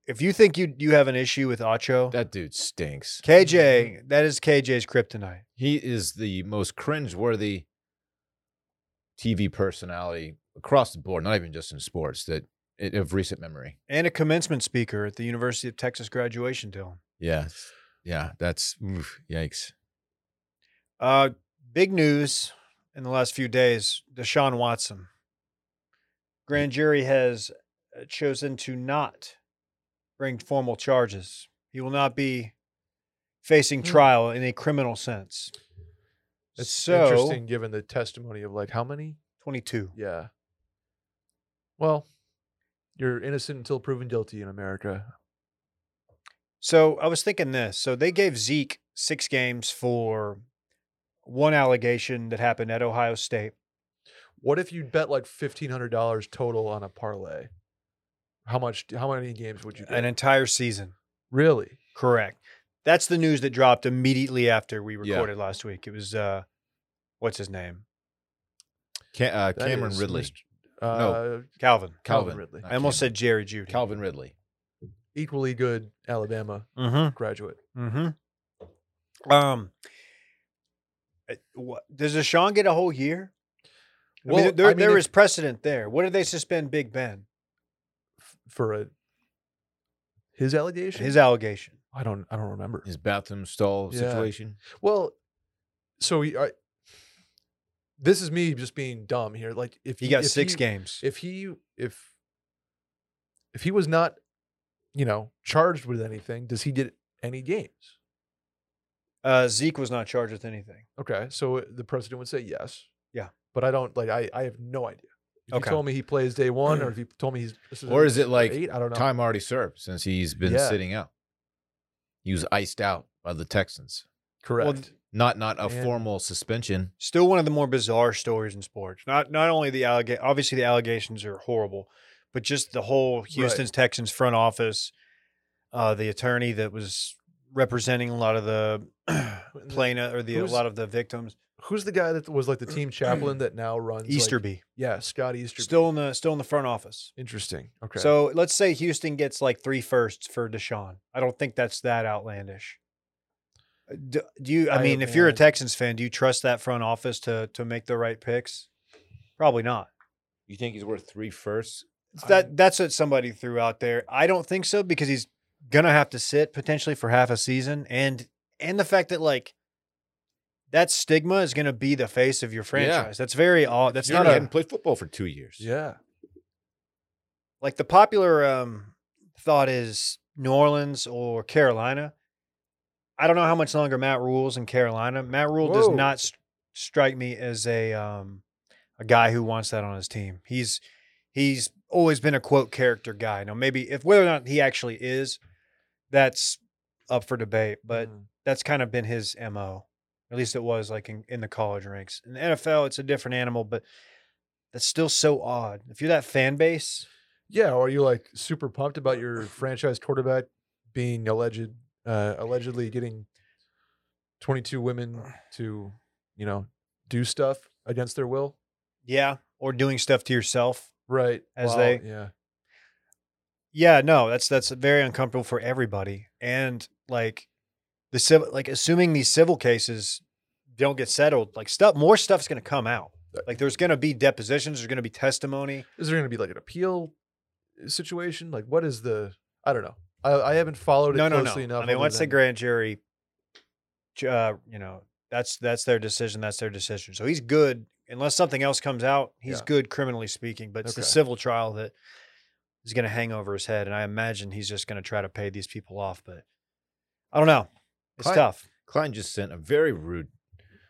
S2: if you think you you have an issue with Acho,
S3: That dude stinks.
S2: KJ, that is KJ's kryptonite.
S3: He is the most cringeworthy TV personality across the board, not even just in sports, that eh, of recent memory.
S2: And a commencement speaker at the University of Texas graduation, Dylan.
S3: Yeah, yeah. That's oof, yikes.
S2: Uh, big news in the last few days Deshaun
S4: Hmm.
S2: Watson. Grand jury has uh, chosen to not bring formal charges. He will not be facing
S4: Hmm.
S2: trial in a criminal sense.
S4: It's
S2: so,
S4: interesting given the testimony of like how many?
S2: 22.
S4: Yeah. Well, you're innocent until proven guilty in America.
S2: So I was thinking this. So they gave Zeke six games for one allegation that happened at Ohio State.
S4: What if you bet like fifteen hundred dollars total on a parlay? How much? How many games would you get?
S2: An entire season.
S4: really?
S2: Correct. That's the news that dropped immediately after we
S3: Yeah.
S2: recorded last week. It was uh what's his name?
S3: Ca- uh,
S4: That
S3: Cameron
S4: is
S3: Ridley.
S4: mis- Uh,
S2: Calvin.
S4: Calvin
S3: Calvin
S4: Ridley.
S3: not
S2: I almost
S3: Cameron.
S2: said Jerry Judy.
S3: Calvin Ridley.
S4: equally good Alabama
S2: Mm-hmm.
S4: graduate.
S2: Mm-hmm. Um uh, what, does Deshaun get a whole year? I mean,
S4: Well,
S2: there,
S4: I mean,
S2: there
S4: if-
S2: is precedent there. What did they suspend Big Ben?
S4: f- for a his allegation.
S2: His allegation.
S4: I don't I don't remember.
S3: His bathroom stall
S4: Yeah.
S3: situation.
S4: Well, so he, I, this is me just being dumb here. Like if
S2: He got
S4: if
S2: six
S4: he-
S2: games.
S4: If he if if he was not, you know, charged with anything, does he get any games?
S2: Uh, Zeke was not charged with anything.
S4: Okay, so the president would say yes.
S2: Yeah.
S4: but I don't like I I have no idea. If
S2: Okay.
S4: he told me he plays day one, or if he told me he's this
S3: Or is
S4: his
S3: it like
S4: eight? I don't know.
S3: Time already served since he's been
S4: Yeah.
S3: sitting out. He was iced out by the Texans.
S4: Correct.
S3: Not not a
S4: Man.
S3: formal suspension.
S2: still one of the more bizarre stories in sports. Not not only the allegation, obviously the allegations are horrible, but just the whole Houston's Texans front office, uh, the attorney that was representing a lot of the plaintiff or the a
S4: Who's-
S2: lot of the victims,
S4: Who's the guy that was like the team chaplain that now runs like-
S2: Easterby,
S4: yeah, Scott Easterby.
S2: still in the still in the front office.
S4: Interesting. Okay.
S2: So let's say Houston gets like three firsts for Deshaun. I don't think that's that outlandish. Uh, Do, do you? I
S4: I-
S2: mean, if you're a
S4: man.
S2: Texans fan, do you trust that front office to to make the right picks? Probably not.
S3: You think he's worth three firsts?
S2: It's
S4: I-
S2: That that's what somebody threw out there. I don't think so because he's gonna have to sit potentially for half a season, and and the fact that like that stigma is gonna be the face of your franchise. That's very odd. That's
S3: It's not.
S2: not
S3: hadn't
S2: a,
S3: played football for two years.
S4: yeah,
S2: like the popular um, thought is New Orleans or Carolina. I don't know how much longer Matt Rule's in Carolina. Matt Rule does
S4: Whoa.
S2: not st- strike me as a um, a guy who wants that on his team. He's he's always been a quote character guy. Now maybe if whether or not he actually is, that's up for debate. But
S4: Mhm.
S2: that's kind of been his mo at least it was like in, in the college ranks in the nfl it's a different animal but that's still so odd if you're that fan base
S4: yeah, or are you like super pumped about your franchise quarterback being alleged, uh, allegedly getting twenty-two women to, you know, do stuff against their will?
S2: yeah or doing stuff to yourself
S4: Right.
S2: As
S4: while-
S2: they-
S4: yeah.
S2: yeah no that's that's very uncomfortable for everybody and like the civil like assuming these civil cases don't get settled like stuff more stuff's going to come out like there's going to be depositions there's going to be testimony
S4: is there going to be like an appeal uh, situation? Like, what is the? I don't know. I, I haven't followed it
S2: no no no
S4: closely enough.
S2: i mean
S4: other
S2: once the
S4: than-
S2: grand jury ju- uh, you know that's that's their decision that's their decision so he's good unless something else comes out he's
S4: Yeah.
S2: good criminally speaking but it's the
S4: Okay.
S2: civil trial that is going to hang over his head and i imagine he's just going to try to pay these people off but i don't know it's
S3: Client-
S2: tough
S3: Klein just sent a very rude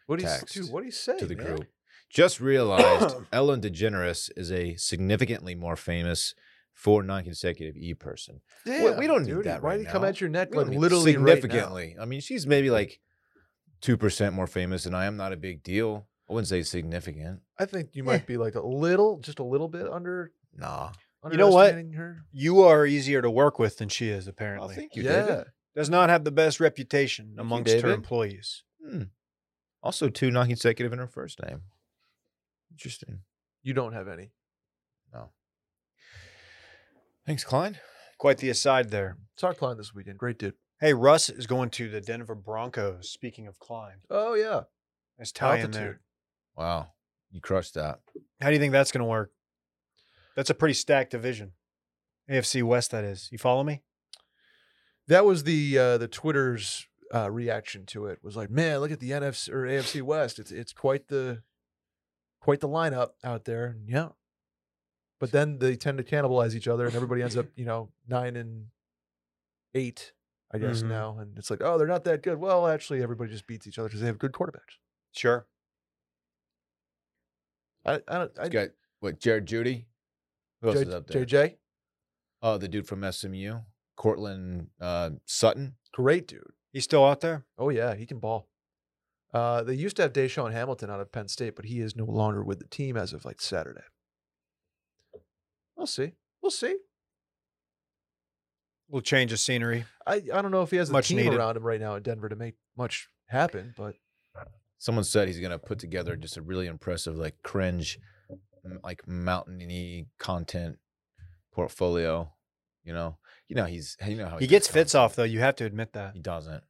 S4: what do you s-
S3: text
S4: dude? What do you say
S3: to the
S4: man?
S3: group. Just realized Ellen DeGeneres is a significantly more famous for non-consecutive E person.
S4: Damn,
S3: we don't need
S4: dude,
S3: that
S4: Why
S3: right
S4: do you come
S3: now.
S4: at your neck
S3: We
S4: like
S3: don't mean
S4: literally significantly?
S3: significantly. I mean, she's maybe like two percent more famous than I am. Not a big deal. I wouldn't say significant.
S4: I think you might be like a little, just a little bit under.
S3: Nah.
S2: You know what?
S4: underestimating Her.
S2: you are easier to work with than she is apparently
S4: yeah.
S2: does not have the best reputation
S3: you,
S2: amongst her
S3: David.
S2: employees
S3: Hmm. Also, two non-consecutive in her first name. Interesting.
S4: You don't have any.
S3: Thanks, Klein.
S2: quite the aside there
S4: Talk Klein this weekend. Great dude.
S2: hey russ is going to the denver broncos speaking of climb
S4: Oh yeah.
S2: nice tie in there
S3: Wow, you crushed that.
S2: How do you think that's going to work? That's a pretty stacked division. AFC West, that is. You follow me?
S4: That was the uh, the Twitter's uh, reaction to it was like, man, look at the NFC or AFC West. It's it's quite the quite the lineup out there. And yeah. But then they tend to cannibalize each other and everybody ends up, you know, nine and eight, I
S2: Mhm.
S4: guess
S3: Mm-hmm.
S4: now. And it's like, oh, they're not that good. Well, actually everybody just beats each other because they have good quarterbacks.
S2: Sure.
S4: I, I don't I,
S3: You got what? Jared Judy. Who else
S4: J-
S3: is up there?
S4: JJ,
S3: Oh, the dude from SMU, Cortland uh, Sutton.
S4: great dude.
S2: He's still out there?
S4: Oh yeah, he can ball. Uh, they used to have Deshaun Hamilton out of Penn State, but he is no longer with the team as of like Saturday. We'll see. We'll see.
S2: Little change of scenery.
S4: I, I don't know if he has a
S2: Much
S4: team
S2: needed.
S4: around him right now in Denver to make much happen, but
S3: Someone said he's gonna put together just a really impressive, like cringe, m- like mountainy content portfolio. You know, you know he's you know how
S2: He gets fits
S3: fits
S2: off, though. You have to admit that.
S3: Oh, He doesn't.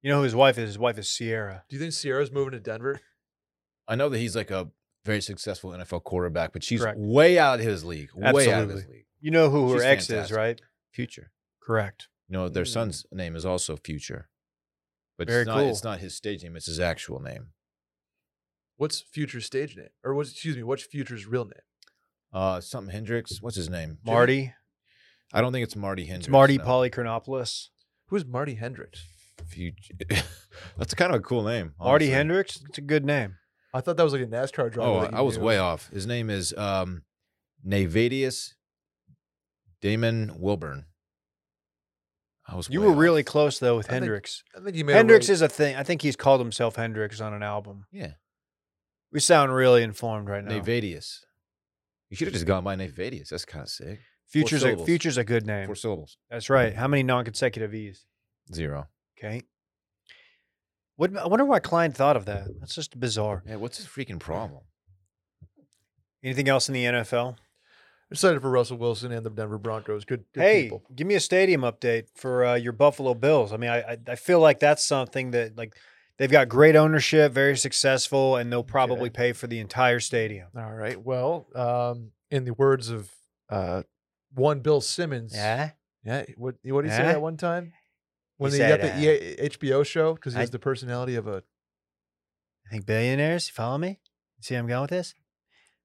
S2: You know who his wife is? His wife is Sierra.
S4: do you think Sierra's moving to Denver?
S3: I know that he's like a very successful NFL quarterback, but she's
S2: Correct.
S3: way out of his league. Way out of his
S2: Absolutely.
S3: league.
S2: You know who
S3: She's
S2: her ex is,
S3: fantastic.
S2: right?
S3: Future.
S2: Correct.
S3: You know, their
S4: Mm.
S3: son's name is also Future. But
S2: Mm-hmm. Very
S3: it's not it's
S2: cool.
S3: not his stage name, it's his actual name.
S4: What's Future's stage name? Or what's excuse me, what's Future's real name?
S3: Uh something Hendricks. What's his name?
S2: Marty.
S3: I don't think it's Marty Hendricks.
S2: It's Marty
S3: no.
S2: Polychronopoulos.
S4: Who's Marty Hendricks?
S3: Future. That's kind of a cool name.
S2: Marty
S3: honestly.
S2: Hendricks? It's a good name.
S4: I thought that was like a NASCAR driver.
S3: Oh,
S4: that you
S3: I was
S4: knew.
S3: way off. His name is um Navadius Damon Wilburn. I was
S2: You
S3: way
S2: were
S3: off.
S2: really close, though, with
S4: I think-
S2: Hendricks.
S4: I think he made
S2: Hendricks
S4: a
S2: is a thing. I think he's called himself Hendricks on an album.
S3: Yeah.
S2: We sound really informed right now.
S3: Navadius. You should have just gone by Navadius. That's kind of sick.
S2: Future's a,
S3: syllables.
S2: Future's a good name.
S3: Four syllables.
S2: That's right. How many non-consecutive E's?
S3: Zero.
S2: Okay. What I wonder why Klein thought of that. That's just bizarre.
S3: Yeah, what's his freaking problem?
S2: Anything else in the NFL?
S4: excited for Russell Wilson and the Denver Broncos. Good, good
S2: hey,
S4: people.
S2: give me a stadium update for uh, your Buffalo Bills. I mean, I, I I feel like that's something that like they've got great ownership, very successful, and they'll probably pay for the entire stadium.
S4: All right. Well, um, in the words of uh, one Bill Simmons,
S2: Yeah.
S4: yeah, what what did he say
S2: Yeah.
S4: that one time when
S2: He
S4: they got
S2: said, uh,
S4: the E EA, HBO show because he
S2: I-
S4: has the personality of a
S2: I think billionaires, you follow me? See where I'm going with this?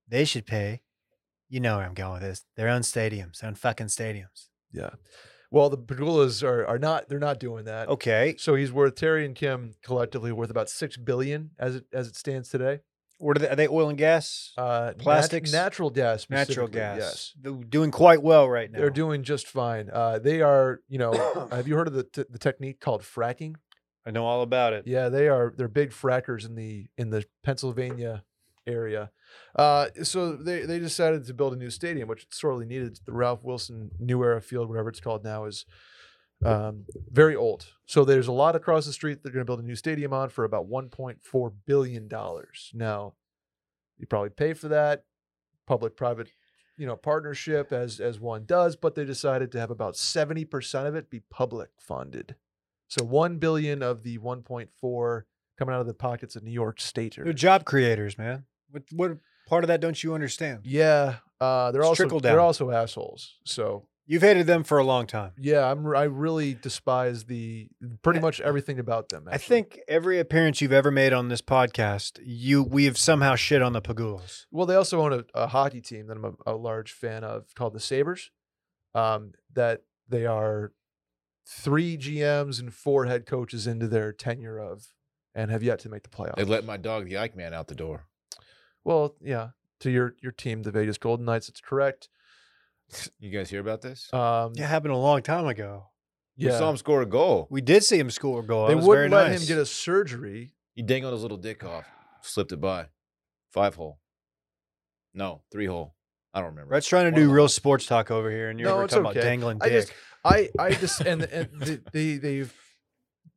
S2: They should pay. You know where I'm going with this. Their own stadiums, their own fucking stadiums.
S4: yeah. Well, the Pagulas are are not. They're not doing that.
S2: Okay,
S4: So he's worth Terry and Kim collectively worth about six billion as it as it stands today.
S2: where do they, are they oil and gas?
S4: Uh, nat-
S2: Plastics?
S4: natural gas,
S2: Natural
S4: specifically,
S2: gas.
S4: Yes,
S2: They're doing quite well right now.
S4: they're doing just fine. Uh, they are. You know, have you heard of the t- the technique called fracking?
S2: I know all about it.
S4: Yeah, they are. They're big frackers in the in the Pennsylvania area. Uh, so they they decided to build a new stadium, which it's sorely needed. The Ralph Wilson New Era Field, whatever it's called now, is um, very old. So there's a lot across the street. They're going to build a new stadium on for about 1.4 billion dollars. Now, you probably pay for that public-private, you know, partnership as as one does. But they decided to have about 70 percent of it be public funded. So one billion of the 1.4 coming out of the pockets of New York State.
S2: They're
S4: Or,
S2: job creators, man. What what part of that don't you understand?
S4: yeah, uh, they're
S2: It's
S4: also
S2: trickle
S4: they're
S2: down.
S4: also assholes. So
S2: You've hated them for a long time.
S4: yeah, I'm I really despise the pretty much everything about them.
S2: I
S4: actually.
S2: think every appearance you've ever made on this podcast, you we have somehow shit on the Pagulas.
S4: Well, they also own a, a hockey team that I'm a, a large fan of called the Sabers. Um, that they are three GMs and four head coaches into their tenure of, and have yet to make the playoffs.
S3: They let my dog, the Ike Man, out the door.
S4: well, yeah, to your your team, the Vegas Golden Knights. It's correct.
S3: You guys hear about this?
S2: Uh,
S4: Um,
S2: It happened a long time ago.
S3: We saw him score a goal.
S2: We did see him score a goal.
S4: They
S2: That was
S4: wouldn't
S2: very
S4: let
S2: nice.
S4: him get a surgery.
S3: He dangled his little dick off, slipped it by. Five hole. No, three hole. I don't remember.
S2: Rhett's trying to
S3: One of
S2: do
S3: them.
S2: real sports talk over here, and you're
S4: No,
S2: over
S4: it's
S2: talking
S4: okay.
S2: about dangling
S4: I
S2: dick.
S4: just- I I just and, and th- they they've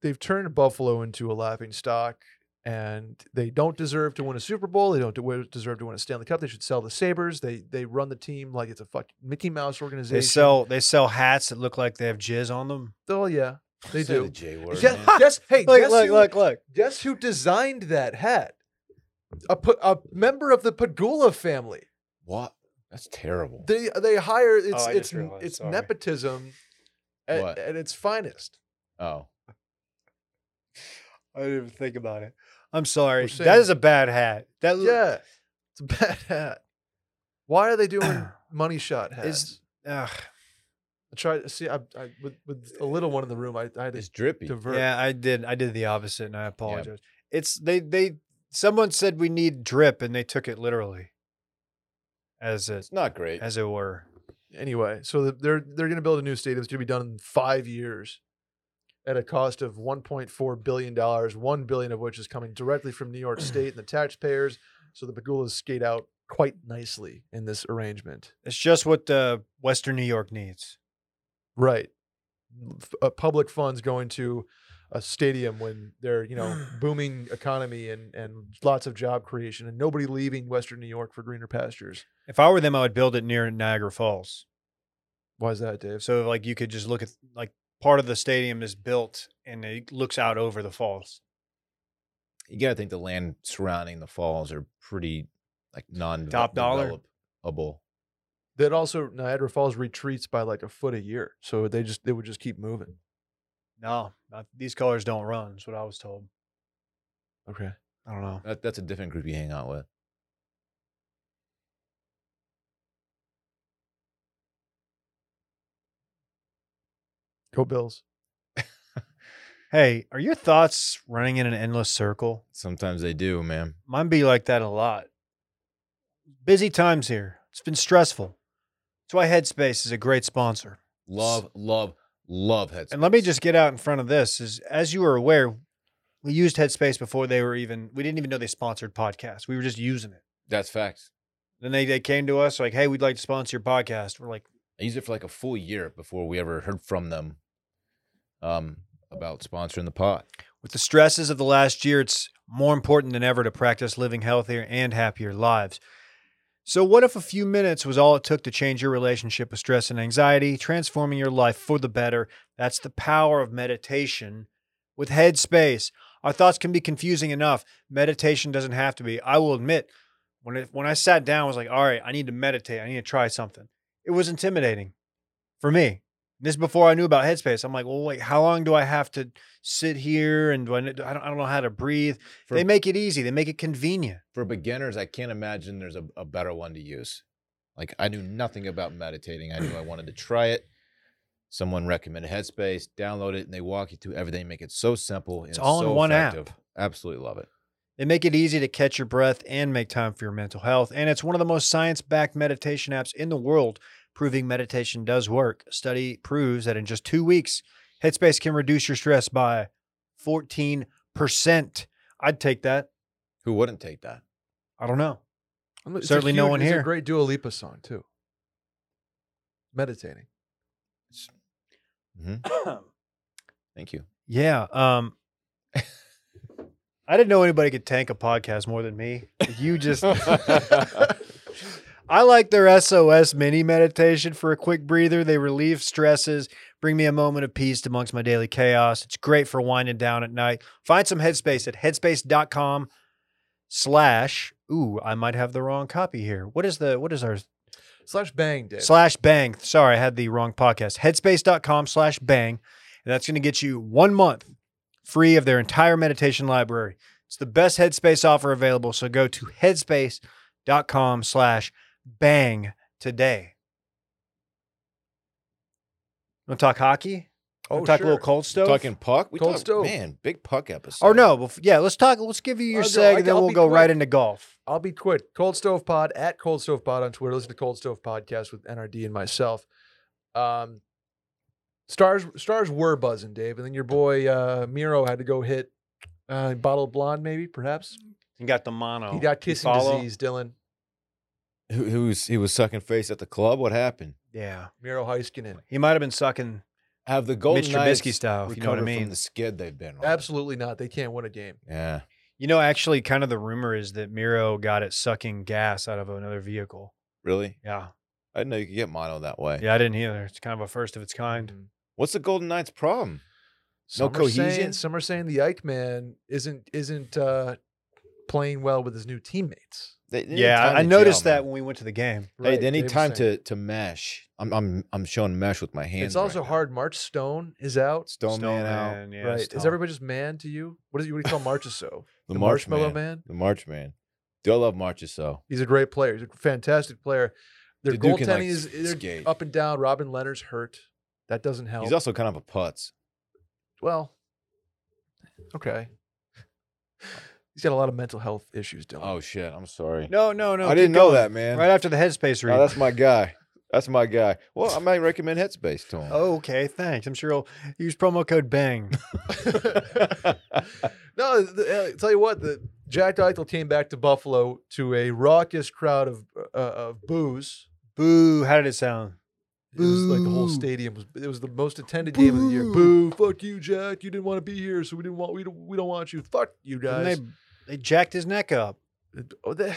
S4: they've turned Buffalo into a laughing stock, and they don't deserve to win a Super Bowl. They don't de- deserve to win a Stanley Cup. They should sell the Sabers. They they run the team like it's a fucking Mickey Mouse organization.
S2: they sell they sell hats that look like they have jizz on them.
S4: Oh yeah, they
S3: Say the
S4: do.
S3: J word.
S4: Yes,
S3: man.
S4: yes. Hey,
S2: Look,
S4: guess
S2: look,
S4: who-
S2: look, look.
S4: Guess who designed that hat? A, pa- a member of the Pagula family.
S3: What? That's terrible.
S4: They they hire it's
S2: Oh, I just
S4: it's n-
S2: realized,
S4: it's
S2: sorry.
S4: nepotism at,
S3: What?
S4: at its finest.
S3: oh.
S2: I didn't even think about it. I'm sorry.
S4: We're
S2: That
S4: saying-
S2: is a bad hat. That l-
S4: Yeah, it's a bad hat. Why are they doing money shot hats?
S2: Is- ugh.
S4: I tried see I, I with, with a little one in the room. I, I had
S3: It's
S4: to
S3: drippy.
S4: divert.
S2: yeah, I did. I did the opposite, and I apologize. It's they they someone said we need drip, and they took it literally, as it
S3: It's not great.
S2: as it were.
S4: Anyway, so the, they're they're going to build a new stadium. It's going to be done in five years, at a cost of 1.4 billion dollars. One billion of which is coming directly from New York State and the taxpayers. So the Pagulas skate out quite nicely in this arrangement.
S2: It's just what uh, Western New York needs.
S4: Right. F- Uh, public funds going to a stadium when they're, you know, booming economy and, and lots of job creation and nobody leaving Western New York for greener pastures.
S2: If I were them, I would build it near Niagara Falls.
S4: Why is that, Dave?
S2: So like you could just look at like part of the stadium is built and it looks out over the falls.
S3: You gotta think the land surrounding the falls are pretty like non
S2: Top dollar.
S3: developable.
S4: That also Niagara Falls retreats by like a foot a year. So they just they would just keep moving.
S2: No, not, these colors don't run. Is what I was told.
S4: Okay.
S2: I don't know.
S3: That, that's a different group you hang out with.
S4: Go Bills.
S2: Hey, are your thoughts running in an endless circle?
S3: Sometimes they do, man.
S2: Mine be like that a lot. Busy times here. It's been stressful. That's why Headspace is a great sponsor.
S3: Love, love, love headspace.
S2: And let me just get out in front of this is as you are aware, we used Headspace before they were even we didn't even know they sponsored podcasts. We were just using it.
S3: That's facts.
S2: Then they, they came to us like, hey, we'd like to sponsor your podcast. We're like,
S3: I used it for like a full year before we ever heard from them um, about sponsoring the pot.
S2: With the stresses of the last year, it's more important than ever to practice living healthier and happier lives. So, what if a few minutes was all it took to change your relationship with stress and anxiety, transforming your life for the better? That's the power of meditation with Headspace. Our thoughts can be confusing enough. Meditation doesn't have to be. I will admit, when it, when I sat down, I was like, "All right, I need to meditate. I need to try something." It was intimidating for me. This is before I knew about Headspace. I'm like, "Well, wait, how long do I have to sit here and do I, kn- I don't, I don't know how to breathe.
S3: For,
S2: they make it easy. They make it convenient.
S3: for beginners, I can't imagine there's a, a better one to use. Like I knew nothing about meditating. I knew I wanted to try it. Someone recommended Headspace, download it, and they walk you through everything, make it so simple. and
S2: It's all in
S3: so
S2: one app.
S3: effective. Absolutely love it.
S2: They make it easy to catch your breath and make time for your mental health. And it's one of the most science backed meditation apps in the world, proving meditation does work. A study proves that in just two weeks, Headspace can reduce your stress by 14%. I'd take that.
S3: Who wouldn't take that?
S2: I don't know.
S4: I'm- it's a
S2: Certainly no
S4: huge-
S2: one
S4: it's
S2: here.
S4: A great Dua Lipa song too. Meditating.
S3: hmm Thank you.
S2: yeah. Um, I didn't know anybody could tank a podcast more than me. You just.
S3: Oh,
S2: I like their SOS mini meditation for a quick breather. They relieve stresses, bring me a moment of peace amongst my daily chaos. It's great for winding down at night. Find some Headspace at headspace.com slash, ooh, I might have the wrong copy here. What is the, what is our,
S4: Slash bang, Dave.
S2: slash bang. Sorry, I had the wrong podcast. Headspace.com slash bang. And that's going to get you one month free of their entire meditation library. It's the best Headspace offer available. So go to headspace.com slash bang today. Want to talk hockey?
S4: Oh,
S2: Wanna talk a little cold stove?
S3: Talking puck? We
S4: Cold
S3: talked-
S4: stove.
S3: Man, big puck episode.
S2: Or Oh, no, bef- yeah, let's talk. Let's give you your
S4: I'll go-
S2: seg,
S4: I-
S2: and then
S4: I'll
S2: we'll
S4: be
S2: go right
S4: quick.
S2: into golf.
S4: I'll be quick. Cold Stove Pod at Cold Stove Pod on Twitter. Listen to Cold Stove Podcast with NRD and myself. Um, stars stars were buzzing, Dave, and then your boy uh, Miro had to go hit uh, bottled blonde, maybe perhaps.
S2: You got the mono.
S4: he got kissing
S2: follow?
S4: disease. Dylan
S3: Who, who was, he was sucking face at the club. What happened?
S2: Yeah,
S4: Miro Heiskanen.
S2: he might have been sucking
S3: Have the Golden
S2: Mitch
S3: Knights
S2: Trubisky style. if You know what I
S3: recovered
S2: mean?
S3: From the skid they've been on.
S4: Absolutely not. They can't win a game.
S3: Yeah.
S2: You know, actually, kind of the rumor is that Miro got it sucking gas out of another vehicle.
S3: Really?
S2: Yeah.
S3: I didn't know you could get mono that way.
S2: Yeah, I didn't either. It's kind of a first of its kind.
S4: Mhm.
S3: What's the Golden Knights' problem?
S4: Some are
S3: cohesion?
S4: saying- some are saying the Ike man isn't isn't uh, playing well with his new teammates.
S3: They, they need
S2: Yeah,
S3: time
S2: I I
S3: to
S2: noticed
S3: gel,
S2: that
S3: man.
S2: when we went to the game.
S3: Hey,
S4: Right,
S3: they
S4: Dave
S3: need
S4: was
S3: time
S4: saying.
S3: to to mesh. I'm I'm I'm showing mesh with my hands.
S4: It's also
S3: right now.
S4: hard. March Stone is out.
S3: Stone, man out.
S2: Stoneman, yeah,
S4: right.
S2: Stone-
S4: Is everybody just man to you? What, is, what do you call Marchessault? so?
S3: The, marshmallow
S4: Marshmallow
S3: man.
S4: Man.
S3: The March man. Do I love Marches so?
S4: He's a great player. He's a fantastic player. Their
S3: The dude can,
S4: goaltending
S3: like,
S4: is they're
S3: skate.
S4: up and down. Robin Leonard's hurt. That doesn't help.
S3: He's also kind of a putz.
S4: well, okay. He's got a lot of mental health issues, Dylan.
S3: Oh shit! I'm sorry.
S2: No, no, no.
S3: I didn't
S2: keep
S3: know
S2: going.
S3: that, man.
S2: Right after the headspace read.
S3: No, that's my guy. That's my guy. Well, I might recommend Headspace to him.
S2: oh, okay. Thanks. I'm sure I'll use promo code BANG.
S4: No, the, uh, tell you what, the Jack Eichel came back to Buffalo to a raucous crowd of uh, of boos.
S2: Boo. How did it sound?
S4: It was like the whole
S2: Boo.
S4: stadium was. It was the most attended game of the year.
S2: Boo.
S4: Boo! Fuck you, Jack. You didn't want to be here, so we didn't want. We don't. We don't want you. Fuck you
S2: Didn't
S4: guys.
S2: They, they jacked his neck up.
S4: Oh, the,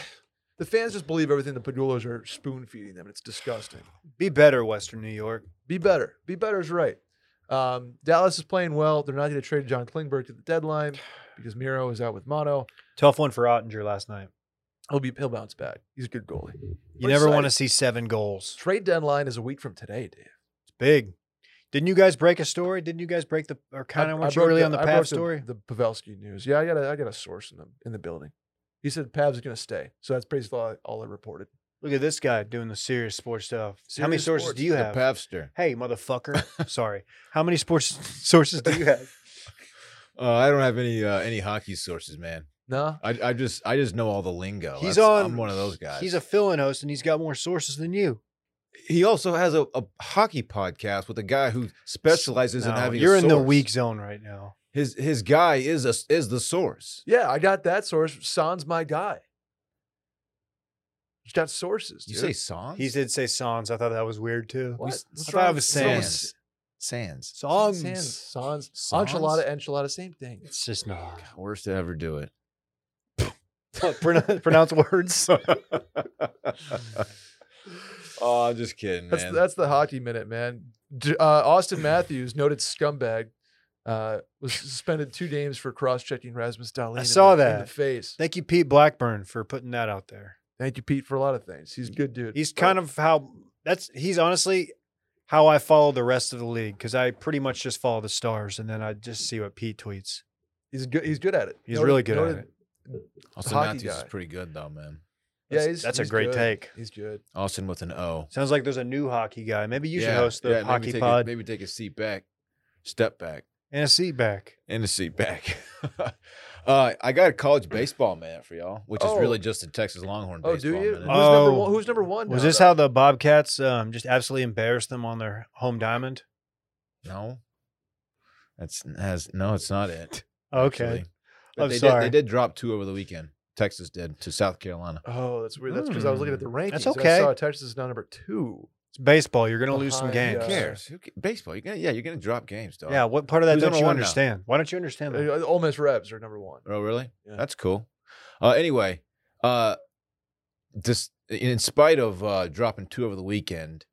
S4: the fans just believe everything the Padulas are spoon feeding them. It's disgusting.
S2: Be better, Western New York.
S4: Be better. Be better is right. Um, Dallas is playing well. They're not going to trade John Klingberg to the deadline because Miro is out with mono.
S2: Tough one for Ottinger last night.
S4: He'll be he'll bounce back. He's a good goalie.
S2: You
S4: We're
S2: never want
S4: excited.
S2: to see seven goals.
S4: Trade deadline is a week from today, Dave.
S2: Big. Didn't you guys break a story? Didn't you guys break the or kind of weren't you
S4: broke
S2: really on the
S4: I
S2: path
S4: broke
S2: story?
S4: The Pavelski news. Yeah, I got a, I got a source in the in the building. He said Pav's going to stay. So that's basically all I, all I reported.
S2: Look at this guy doing the serious sports stuff. How many
S4: Serious
S2: sources
S4: sports.
S2: do you
S3: the
S2: have?
S3: Pavster.
S2: hey, motherfucker. Sorry. How many sports sources do you have?
S3: Uh, I don't have any uh, any hockey sources, man.
S4: Nah.
S3: I, I just I just know all the lingo.
S2: He's
S3: That's-
S2: on.
S3: I'm one of those guys.
S2: He's a fill-in host, and he's got more sources than you.
S3: he also has a, a hockey podcast with a guy who specializes in
S2: No,
S3: having. a
S2: you're in the
S3: source.
S2: weak zone right now.
S3: His his guy is a, is the source.
S4: Yeah, I got that source. San's my guy. He's got sources.
S3: You
S4: dude.
S3: say songs?
S2: He did say Sans. I thought that was weird too.
S4: What?
S3: s-
S4: What's
S2: I thought
S4: wrong
S2: it was
S4: with- it's almost-
S3: Sans. Sans.
S2: Sans.
S4: Sans. Sans.
S3: Sans?
S4: Enchilada, enchilada, same thing.
S2: It's just not
S3: Worst to ever do it.
S2: pronounce, pronounce words.
S3: oh, I'm just kidding,
S4: That's
S3: man.
S4: that's the hockey minute, man. D- uh, Austin Matthews, noted scumbag, uh, was suspended two games for cross-checking Rasmus Dahlin. in
S2: saw
S4: the- in the
S2: that.
S4: face.
S2: Thank you, Pete Blackburn, for putting that out there.
S4: Thank you, Pete, for a lot of things. He's a good dude.
S2: He's kind of how that's he's honestly how I follow the rest of the league because I pretty much just follow the stars and then I just see what Pete tweets.
S4: he's good. He's good at it.
S2: He's really good at
S3: also,
S4: hockey
S3: Matthews is
S4: guy.
S3: pretty good though, man.
S4: Yeah,
S2: That's-
S4: he's-
S2: that's
S4: he's
S2: a great
S4: good.
S2: take.
S4: He's good.
S3: Austin with an O.
S2: Sounds like there's a new hockey guy. Maybe you should
S3: Yeah,
S2: host the
S3: yeah, maybe
S2: hockey
S3: take a-
S2: pod
S3: maybe take a seat back, step back,
S2: and a seat back.
S3: and a seat back. uh, I got a college baseball minute for y'all, which
S4: Oh.
S3: is really just a Texas Longhorn
S4: Oh, do
S3: baseball
S4: you? Who's
S3: minute.
S4: number
S2: Oh.
S4: one? Who's number one?
S2: Was
S4: now,
S2: this
S4: though?
S2: how the Bobcats um, just absolutely embarrassed them on their home diamond?
S3: No, that's has no, it's not it.
S2: Okay.
S3: actually. But
S2: I'm
S3: they
S2: sorry.
S3: Did, they did drop two over the weekend. Texas did to South Carolina.
S4: Oh, that's weird. That's because I was looking at the rankings.
S2: Hmm. That's
S4: and
S2: okay.
S4: I saw Texas is now number two.
S2: It's baseball. You're going to lose some
S4: Behind,
S2: games.
S4: uh,
S3: Who cares? Who ca- baseball? You're gonna, yeah, you're gonna drop games, dog.
S2: Yeah, what part of that
S3: Who's
S2: don't
S3: number
S2: you
S3: one now?
S2: understand? Why don't you understand that?
S4: Uh, Ole Miss Rebs are number one.
S3: Oh, really?
S4: Yeah.
S3: That's cool. Uh, anyway, uh, this in spite of uh, dropping two over the weekend,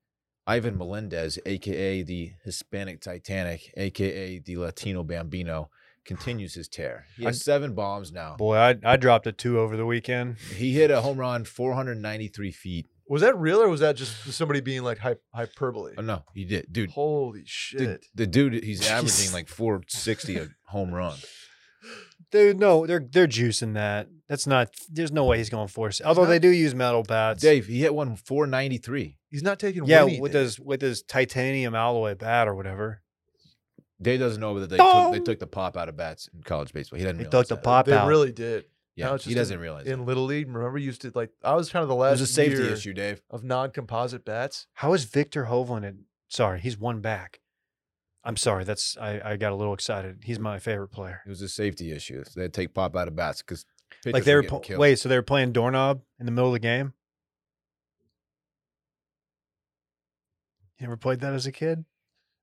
S3: Ivan Melendez, aka the Hispanic Titanic, aka the Latino Bambino, continues his tear. He
S2: I-
S3: has seven bombs now.
S2: Oh, Boy, I, I dropped a two over the weekend.
S3: He hit a home run 493 feet.
S4: Was that real or was that just somebody being like hy- hyperbole?
S3: Oh no, he did, dude.
S4: Holy
S3: The,
S4: shit!
S3: the dude, he's averaging
S2: Jeez.
S3: like 460 a home run.
S2: Dude, no, they're they're juicing that. That's not. There's no way he's going to force it. Although
S4: not-
S2: they do use metal bats.
S3: Dave, he hit one 493.
S4: He's not taking.
S2: yeah,
S4: Winnie
S2: with
S4: then.
S2: his with his titanium alloy bat or whatever.
S3: Dave doesn't know that they took, they
S2: Dong.
S3: took the pop out of bats in college baseball. He doesn't.
S2: They took
S3: realize
S2: the
S3: that.
S2: pop
S4: They
S2: out.
S4: really did.
S3: Yeah,
S4: Now it's
S3: he
S4: just
S3: doesn't
S4: in-
S3: realize.
S4: in
S3: it.
S4: Little League. Remember, you used to like I was kind of the
S3: it
S4: last
S3: was a safety
S4: year
S3: issue, Dave.
S4: of non-composite bats.
S2: How is Victor Hovland? At, sorry, he's one back. I'm sorry. That's I, I got a little excited. He's my favorite player.
S3: It was a safety issue. They take pop out of bats because
S2: like they were pl- wait, so they were playing doorknob in the middle of the game. You ever played that as a kid?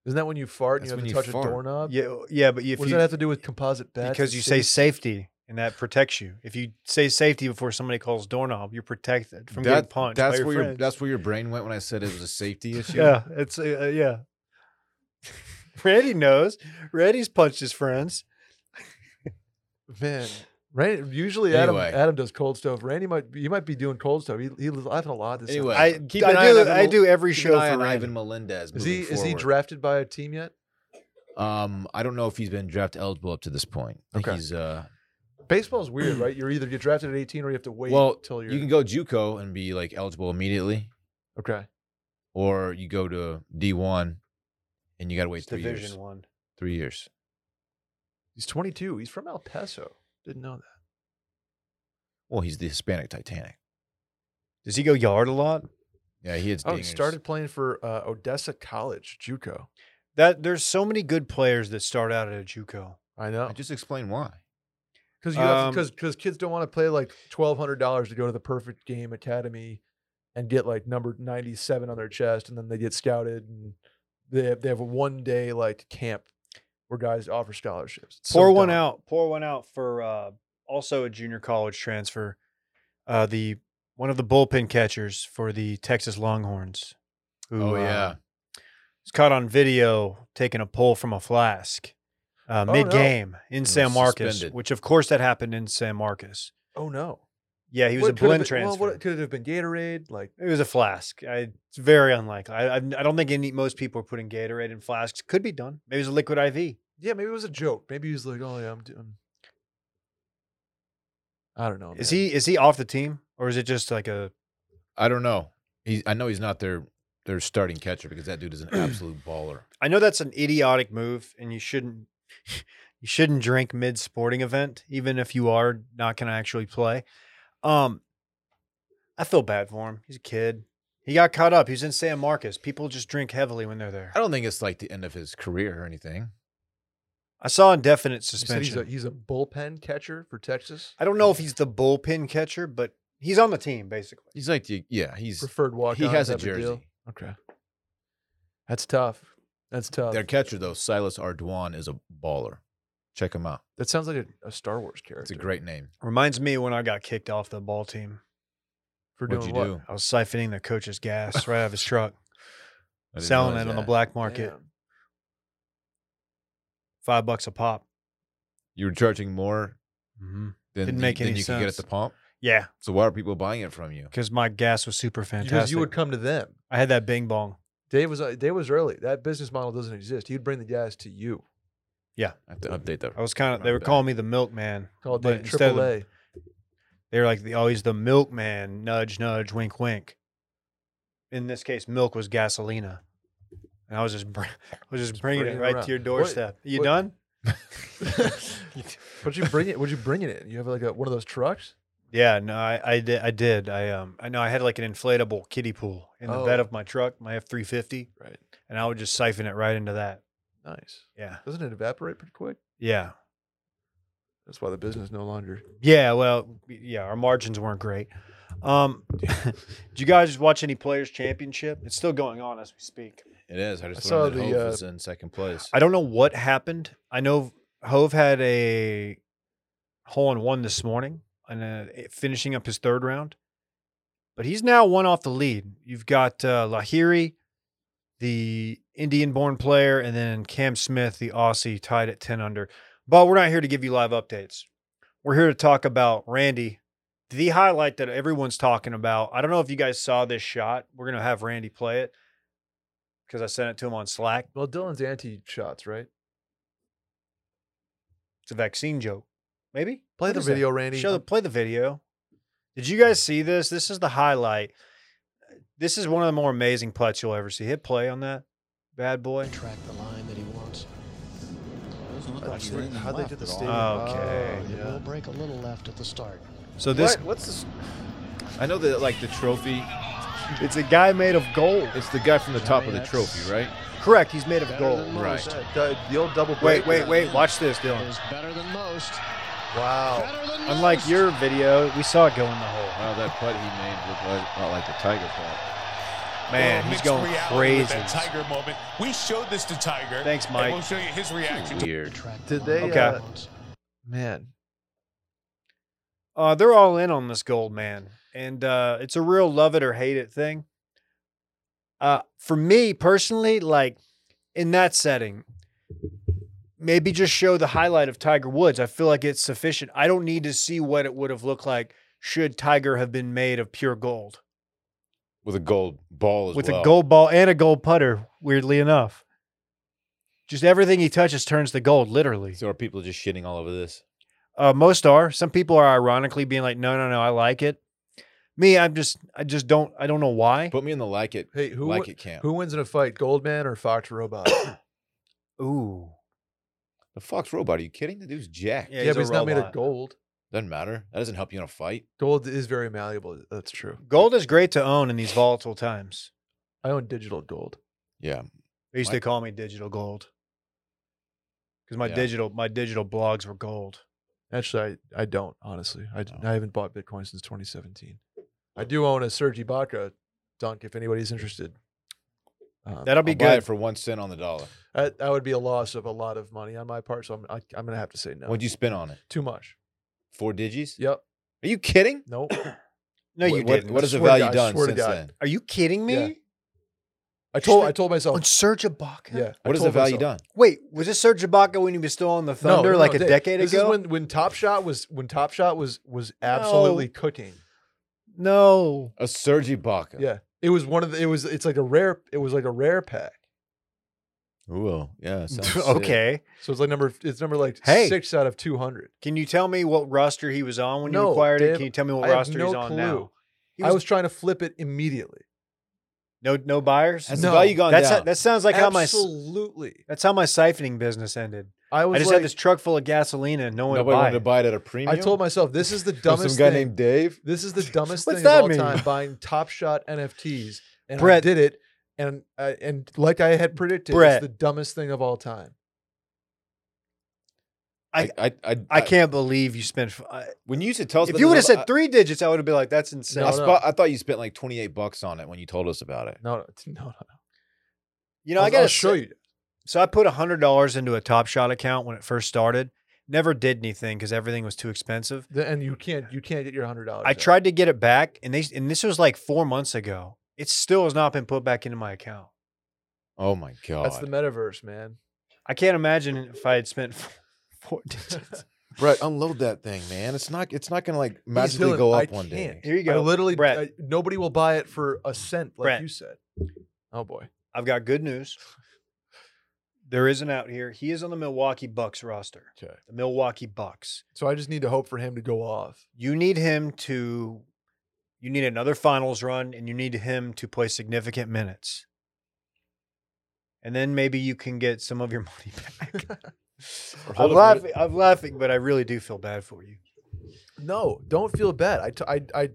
S4: Isn't that when you fart
S3: That's
S4: and you have
S3: when
S4: to
S3: you
S4: touch
S3: fart.
S4: a doorknob?
S2: Yeah, oh, yeah, but if
S4: what does
S2: you
S4: that have to do with composite bats?
S2: because
S4: and
S2: you say
S4: safety?
S2: safety and that protects you. If you say safety before somebody calls doorknob, you're protected from getting
S3: That,
S2: punched. by
S3: that's
S2: your
S3: where your
S2: friends.
S3: that's where your brain went when I said it was a safety issue.
S2: yeah. It's uh, uh, yeah. Randy knows. Randy's punched his friends.
S4: Man, Randy, usually Adam
S3: Anyway.
S4: Adam does cold stove. Randy might be- you might be doing cold stove. He he's laughing a lot. This time.
S3: Anyway,
S2: I,
S3: keep an eye
S2: I
S3: on
S2: do.
S3: Ivan
S2: I
S3: Mel-
S2: do every
S3: Keep an
S2: show
S3: eye
S2: for
S3: on
S2: Randy.
S3: Ivan Melendez.
S4: is he
S3: moving
S4: is he
S3: forward.
S4: drafted by a team yet?
S3: Um, I don't know if he's been draft eligible up to this point. I think
S4: Okay.
S3: He's uh,
S4: Baseball's weird, right? You're either get drafted at 18 or you have to wait
S3: Well,
S4: till you're
S3: you can go JUCO and be like eligible immediately,
S4: okay.
S3: or you go to D one, and you got to wait
S2: It's
S3: three
S2: Division
S3: years.
S2: one.
S3: Three years.
S4: He's 22. He's from El Paso. Didn't know that.
S3: Well, he's the Hispanic Titanic.
S2: Does he go yard a lot?
S3: Yeah, he hits.
S4: Oh, he
S3: dingers.
S4: started playing for uh, Odessa College, JUCO.
S2: That there's so many good players that start out at a JUCO.
S4: I
S3: I
S4: know
S3: just explained why.
S4: because you have
S2: Um,
S4: because because kids don't want to play like twelve hundred dollars to go to the Perfect Game Academy and get like number ninety seven on their chest, and then they get scouted and they have, they have a one day like camp where guys offer scholarships. It's so
S2: pour one
S4: dumb.
S2: out. Pour one out for uh, also a junior college transfer. Uh, the one of the bullpen catchers for the Texas Longhorns. Who,
S3: Oh
S2: uh,
S3: yeah,
S2: was caught on video taking a pull from a flask uh,
S4: Oh, no.
S2: mid game in
S3: was
S2: San Marcos,
S3: suspended.
S2: which of course that happened in San Marcos.
S4: Oh no,
S2: Yeah, he was
S4: What
S2: a
S4: could have
S2: blend
S4: been-
S2: transfer.
S4: Well, what could it have been Gatorade? Like
S2: it was a flask. I, it's very unlikely. I, I, I don't think any most people are putting Gatorade in flasks. Could be done. Maybe it was a liquid IV.
S4: yeah, maybe it was a joke. Maybe he was like, oh yeah, I'm doing. I don't know.
S2: Is
S4: Oh, man.
S2: he is he off the team or is it just like a
S3: I don't know. He, I know he's not their their starting catcher because that dude is an absolute baller.
S2: I know that's an idiotic move, and you shouldn't you shouldn't drink mid sporting event, even if you are not going to actually play. Um, I feel bad for him. He's a kid. He got caught up. He's in San Marcos. People just drink heavily when they're there.
S3: I don't think it's like the end of his career or anything.
S2: I saw indefinite
S4: You said He's a,
S2: suspension.
S4: he's a bullpen catcher for Texas.
S2: I don't know if he's the bullpen catcher, but he's on the team basically.
S3: He's like the yeah. He's
S4: preferred walk.
S3: he has a jersey.
S4: Okay. That's tough. That's tough.
S3: Their catcher though, Silas Arduan, is a baller. Check him out.
S4: that sounds like a, a Star Wars character.
S3: It's a great name.
S2: Reminds me when I got kicked off the ball team.
S4: for doing
S3: What'd you
S4: what?
S3: do?
S2: I was siphoning the coach's gas right out of his truck,
S3: I didn't
S2: selling it
S3: realize
S2: on the
S3: that.
S2: black market,
S4: Damn.
S2: five bucks a pop.
S3: You were charging more
S2: hmm
S3: than
S2: Didn't
S3: you-
S2: make
S3: than
S2: any
S3: you could get at
S2: sense.
S3: the pump.
S2: Yeah,
S3: So why are people buying it from you?
S2: because my gas was super fantastic.
S4: Because you would come to them.
S2: I had that bing bong.
S4: Dave was uh, Dave was early. That business model doesn't exist. He'd bring the gas to you.
S3: I have to update that.
S2: I was kind of they
S3: Remember
S2: were
S3: that.
S2: calling me the milkman.
S4: Call
S2: but
S4: Dave
S2: instead of-
S4: AAA.
S2: They're like the, always the milkman, nudge, nudge, wink, wink. In this case, milk was gasolina. And I was just, br- I was just, bringing,
S4: bringing
S2: it
S4: it
S2: right
S4: around.
S2: to your
S4: What-
S2: doorstep. you
S4: what-
S2: done?
S4: But you bring it? Would you bring it in? You have like a, one of those trucks?
S2: Yeah, no, I, I did. I did. I um, I know I had like an inflatable kiddie pool in the bed
S4: Oh.
S2: of my truck, my F three fifty,
S4: Right.
S2: and I would just siphon it right into that.
S4: Nice.
S2: Yeah,
S4: Doesn't it evaporate pretty quick?
S2: yeah,
S4: That's why the business no longer.
S2: yeah. Well, yeah, our margins weren't great. Um, did you guys watch any Players Championship? It's still going on as we speak.
S3: It is. I just
S4: saw
S3: learned that
S4: the,
S3: Hove
S4: uh,
S3: is in second place.
S2: I don't know what happened. I know Hove had a hole in one this morning and uh, it- finishing up his third round, but he's now one off the lead. You've got uh, Lahiri, the Indian born player, and then Cam Smith, the Aussie, tied at 10 under. But we're not here to give you live updates. We're here to talk about Randy, the highlight that everyone's talking about. I don't know if you guys saw this shot. We're going to have Randy play it because I sent it to him on Slack.
S4: Well, Dylan's anti shots, right?
S2: It's a vaccine joke. Maybe
S4: Play
S2: What
S4: the
S2: is that?
S4: video, Randy.
S2: Show the play the video. Did you guys see this? This is the highlight. This is one of the more amazing putts you'll ever see. Hit play on that bad boy.
S1: track the line that he wants.
S5: Doesn't look
S4: I
S5: like he's
S4: swear-
S5: leaning
S4: how'd they
S5: left
S4: do the
S5: at all.
S4: stadium?
S2: Okay.
S4: Oh,
S1: It
S4: yeah.
S1: will break a little left at the start.
S2: So this
S3: What? What's this? I know that like the trophy.
S2: it's a guy made of gold.
S3: It's the guy from the
S1: I
S3: top of
S1: mean,
S3: the
S1: that's-
S3: trophy, right?
S2: Correct. He's made of
S1: Better
S2: gold.
S1: than most.
S3: Right.
S4: The, the old double
S2: Wait,
S4: break.
S2: wait, wait. Watch this, Dylan.
S1: Is better than most.
S4: Wow.
S1: Better than
S2: Unlike
S1: most.
S2: your video, we saw it go in the hole.
S3: Wow, that putt he made looked like, a lot like the Tiger putt.
S2: Man,
S6: Well,
S2: he's
S6: mixed
S2: going
S6: reality with
S2: crazy.
S6: that Tiger moment. We showed this to Tiger.
S2: Thanks,
S6: and
S2: Mike.
S6: we'll show you his reaction.
S3: Weird.
S1: Track
S4: Did
S1: the line
S4: they,
S1: that he
S2: uh,
S1: wants.
S4: Man.
S2: Uh, they're all in on this gold man, and uh, it's a real love it or hate it thing. Uh, for me personally, like in that setting, maybe just show the highlight of Tiger Woods. I feel like it's sufficient. I don't need to see what it would have looked like should Tiger have been made of pure gold
S3: With a gold ball as
S2: with
S3: well.
S2: a gold ball and a gold putter. Weirdly enough, just everything he touches turns to gold, literally.
S3: So are people just shitting all over this?
S2: Uh, most are. Some people are ironically being like, "No, no, no, I like it." Me, I'm just, I just don't, I don't know why.
S3: Put me in the like it,
S4: Hey, who
S3: like
S4: wi-
S3: it camp.
S4: who wins in a fight, Goldman or Fox Robot? yeah,
S2: Ooh,
S3: The Fox robot? Are you kidding? The dude's jacked.
S2: Yeah, he's
S4: but
S2: a
S4: he's not made of
S2: robot.
S4: gold.
S3: Doesn't matter. That doesn't help you in a fight.
S4: Gold is very malleable. That's true.
S2: gold is great to own in these volatile times.
S4: I own digital gold.
S3: Yeah.
S2: They used
S3: Mike?
S2: to call me digital gold because my
S3: Yeah.
S2: digital, my digital blogs were gold.
S4: Actually, I, I don't, honestly. I, d-
S3: Oh.
S4: I haven't bought Bitcoin since 2017. I do own a Serge Ibaka dunk if anybody's interested. Um,
S2: That'll be
S3: I'll buy it
S2: good.
S3: for one cent on the dollar.
S4: that, that would be a loss of a lot of money on my part, so I'm, I, I'm going to have to say no.
S3: What'd you spend on it?
S4: Too much.
S3: Four digits?
S4: Yep.
S3: Are you kidding?
S4: Nope.
S2: no, you
S3: What- what,
S2: didn't.
S3: What has the
S4: Swear to
S3: value
S4: God,
S3: done
S4: swear to
S3: since
S4: God.
S3: then?
S2: Are you kidding me?
S4: Yeah. I
S2: Just
S4: told
S2: like-
S4: I told myself.
S2: On Serge Ibaka.
S4: Yeah. I
S3: What has the
S4: told
S3: value done?
S4: myself-
S2: Wait, was this Serge Ibaka when he was still on the
S4: No,
S2: Thunder
S4: no,
S2: like
S4: no,
S2: a
S4: Dave,
S2: decade
S4: this
S2: ago?
S4: is when when Top Shot was when Top Shot was was absolutely cooking.
S2: no.
S3: A Serge Ibaka.
S4: Yeah, it was one of the. It was it's like a rare. It was like a rare pack.
S3: Ooh, yeah. sounds sick.
S2: okay.
S4: So it's like number. It's number like
S2: Hey.
S4: six out of two hundred.
S2: Can you tell me what roster he was on when you
S4: No,
S2: acquired it?
S4: Dave,
S2: Can you tell me what
S4: I have
S2: roster he's
S4: no
S2: on
S4: clue.
S2: now? He
S4: I
S2: was-
S4: was trying to flip it immediately.
S2: No, no buyers.
S3: Has
S4: No.
S3: the value gone
S2: That's
S3: down?
S2: how, that sounds like how my s-
S4: absolutely.
S2: that's how my siphoning business ended.
S4: I was
S2: I just
S4: like,
S2: had this truck full of gasoline and no one
S3: Nobody wanted to
S2: would buy.
S3: buy it at a premium.
S4: I told myself this is the
S3: From
S4: dumbest
S3: some guy
S4: thing.
S3: named Dave.
S4: this is the dumbest
S2: What's
S4: thing of
S2: that
S4: all
S2: mean?
S4: time. Buying Top Shot NFTs, and
S2: Brett.
S4: I did it. And I, and like I had predicted,
S2: Brett.
S4: it's the dumbest thing of all time.
S2: I-
S3: I, I,
S2: I can't believe you spent. f- I-
S3: When you used to tell us,
S2: if
S3: about
S2: you
S3: this,
S2: would
S3: I-
S2: have said three digits, I would have been like, "That's insane."
S3: I,
S4: No, no.
S3: spot- I thought you spent like twenty eight bucks on it when you told us about it.
S4: No, no, no, no.
S2: You know,
S4: I'll,
S2: I gotta
S4: I'll show
S2: say-
S4: you.
S2: So I put hundred dollars into a Top Shot account when it first started. Never did anything because everything was too expensive.
S4: The- And you can't you can't get your hundred dollars.
S2: I tried to get it back, and they and this was like four months ago. It still has not been put back into my account.
S3: Oh my god!
S4: That's the metaverse, man.
S2: I can't imagine if I had spent f- four digits.
S3: Brett, unload that thing, man. It's not. It's not gonna like magically
S4: Dylan,
S3: go
S4: I
S3: up one day.
S4: can't.
S2: Here you
S4: I
S2: go.
S4: literally,
S2: Brett.
S4: I- nobody will buy it for a cent, like
S2: Brett.
S4: you said. Oh boy,
S2: I've got good news. There is an out here. He is on the Milwaukee Bucks roster.
S4: Okay.
S2: The Milwaukee Bucks.
S4: So I just need to hope for him to go off.
S2: You need him to you need another finals run and you need him to play significant minutes. And then maybe you can get some of your money back.
S4: Or
S2: I'm
S4: hold him
S2: laughing, I'm laughing, but I really do feel bad for you.
S4: No, don't feel bad. I, t- I, I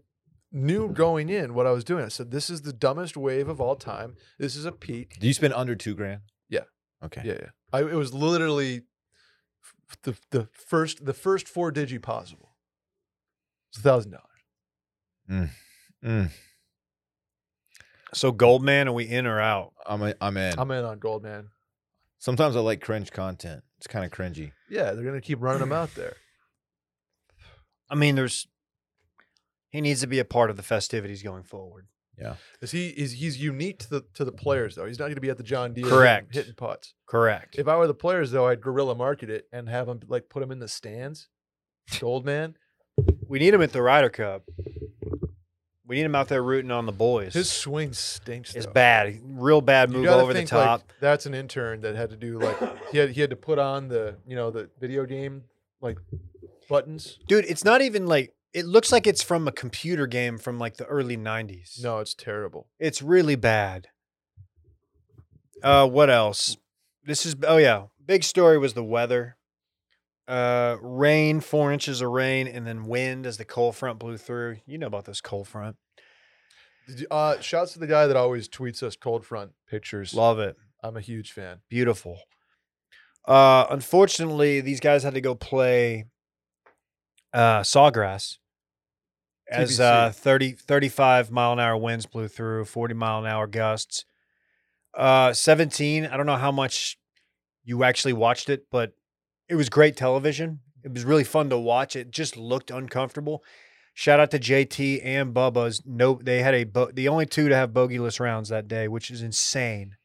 S4: knew going in what I was doing. I said, this is the dumbest wave of all time. This is a peak.
S3: Do you spend under two grand?
S4: Yeah.
S3: Okay.
S4: Yeah, yeah. I, it was literally f- the, the first the first four digi possible. It's a thousand dollars.
S3: Mm,
S2: So Goldman, are we in or out?
S3: I'm a, I'm in.
S4: I'm in on gold, man.
S3: Sometimes I like cringe content. It's kind of cringy.
S4: Yeah, they're gonna keep running them out there.
S2: I mean, there's he needs to be a part of the festivities going forward.
S4: Is he is he's unique to the to the players though? He's not gonna be at the John Deere hitting-
S2: Correct.
S4: hitting putts.
S2: Correct.
S4: If I were the players though, I'd guerrilla market it and have them like put him in the stands. Gold man.
S2: We need him at the Ryder Cup. We need him out there rooting on the boys.
S4: His swing stinks.
S2: it's
S4: though.
S2: bad, real bad
S4: You
S2: move
S4: gotta
S2: over the
S4: think, like,
S2: top.
S4: that's an intern that had to do like he had he had to put on the you know the video game like buttons.
S2: Dude, it's not even like it looks like it's from a computer game from like the early 90s.
S4: No, it's terrible.
S2: It's really bad. Uh what else? This is oh yeah, big story was the weather. Uh rain, 4 inches of rain and then wind as the cold front blew through. You know about this cold front.
S4: Did you- Uh, shouts to the guy that always tweets us cold front pictures.
S2: Love it.
S4: I'm a huge fan.
S2: beautiful. Uh, unfortunately, these guys had to go play uh, Sawgrass as
S4: TBC.
S2: uh, 30, 35 mile an hour winds blew through, 40 mile an hour gusts. Uh, 17, I don't know how much you actually watched it, but it was great television. It was really fun to watch. It just looked uncomfortable. Shout out to JT and Bubba's. No, they had a bo- the only two to have bogeyless rounds that day, which is insane.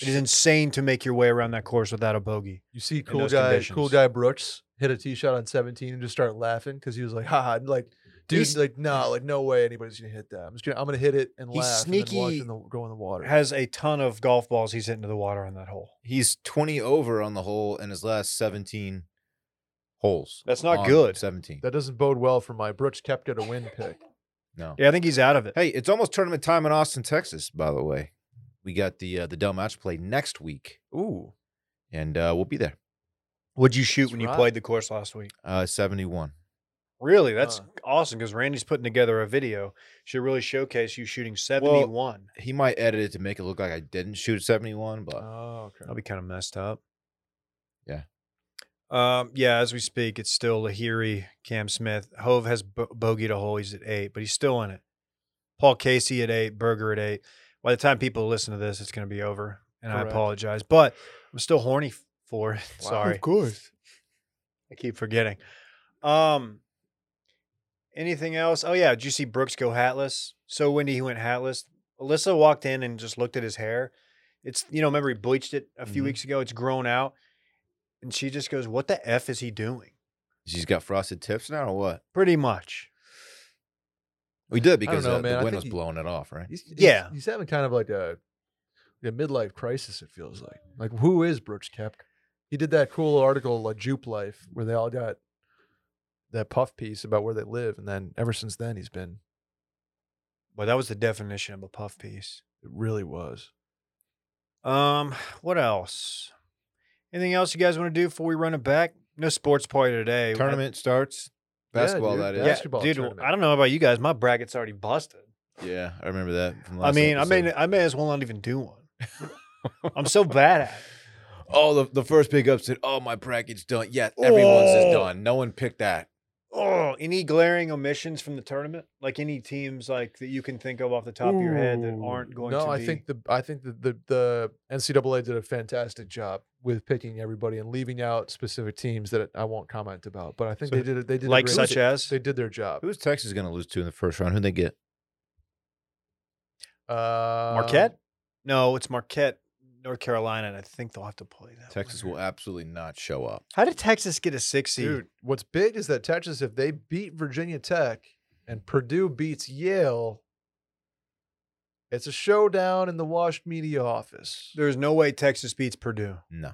S2: It is insane to make your way around that course without a bogey.
S4: You see, cool
S2: those
S4: guy, cool
S2: conditions.
S4: guy Brooks hit a tee shot on 17 and just started laughing because he was like, "Ha, like, dude,
S2: He's-
S4: like, no, like, no way anybody's gonna hit that. I'm just gonna, I'm gonna hit it and
S2: He's
S4: laugh and then watch
S2: sneaky-
S4: in the, go in the water."
S2: Has a ton of golf balls he's hitting to the water on that hole.
S3: He's 20 over on the hole in his last 17 holes.
S2: That's not
S3: on
S2: good.
S3: 17.
S4: that doesn't bode well for my Brooks kept it a win pick.
S3: no.
S2: Yeah, I think he's out of it.
S3: Hey, it's almost tournament time in Austin, Texas. By the way, we got the uh, the Dell match play next week,
S4: Ooh,
S3: and uh, we'll be there.
S2: What'd you shoot
S4: That's
S2: when you
S4: right.
S2: played the course last week?
S3: Uh, 71.
S2: Really, that's
S4: Huh.
S2: awesome because Randy's putting together a video. Should really showcase you shooting 71.
S3: He might edit it to make it look like I didn't shoot 71, but
S4: oh, okay.
S2: That'll be kind of messed up.
S3: Yeah.
S2: Um, yeah, as we speak, it's still Lahiri, Cam Smith. Hove has bo- bogeyed a hole. He's at eight, but he's still in it. Paul Casey at eight, Berger at eight. By the time people listen to this, it's going to be over, and I
S4: Correct.
S2: apologize, but I'm still horny f- for it.
S4: Wow.
S2: Sorry,
S4: course.
S2: I keep forgetting. Um, anything else? Oh yeah, did you see Brooks go hatless? So windy, he went hatless. Alyssa walked in and just looked at his hair. It's you know remember he bleached it a few
S4: Mm-hmm.
S3: Mhm.
S2: weeks ago. It's grown out, and she just goes, "What the f is he doing?"
S3: she's got frosted tips now or what?
S2: Pretty much.
S3: We did because
S4: know,
S3: uh,
S4: man.
S3: the
S4: I think
S3: wind was
S4: he-
S3: blowing it off, right?
S4: He's, he's-
S2: Yeah.
S4: he's having kind of like a, a midlife crisis. It feels like. Like, who is Brooks Kepka? He did that cool article, like Jupe Life, where they all got that puff piece about where they live, and then ever since then, he's been.
S2: Well, that was the definition of a puff piece.
S4: It really was.
S2: Um, what else? Anything else you guys want to do before we run it back? No sports party today. I-
S3: Tournament starts.
S4: Yeah,
S3: Basketball,
S4: dude,
S3: that
S2: Yeah,
S3: is.
S4: Basketball
S2: dude.
S4: tournament.
S2: I don't know about you guys. My bracket's already busted.
S3: Yeah, I remember that. From
S2: I
S3: last
S2: mean, I may
S3: episode.
S2: I may as well not even do one. I'm so bad at it.
S3: Oh, the, the first big up said, "Oh, my bracket's done." Yes, everyone's is
S2: Oh.
S3: done. No one picked that.
S2: Oh, any glaring omissions from the tournament? Like any teams like that you can think of off the top of your head that
S4: Ooh.
S2: aren't going
S4: no,
S2: to
S4: I
S2: be-
S4: think the I think the, the the NCAA did a fantastic job with picking everybody and leaving out specific teams that I won't comment about. But I think
S2: So,
S4: they did it. They did a
S2: like
S4: great-
S2: such as
S4: they did their job.
S3: Who's Texas going to lose to in the first round? Who they get?
S4: Uh,
S2: Marquette? no, it's Marquette, North Carolina, and I think they'll have to play that.
S3: Texas
S2: winner.
S3: will absolutely not show up.
S2: How did Texas get a six seed?
S4: Dude, what's big is that Texas, if they beat Virginia Tech and Purdue beats Yale, it's a showdown in the Wash Media office.
S2: There's no way Texas beats Purdue.
S3: No.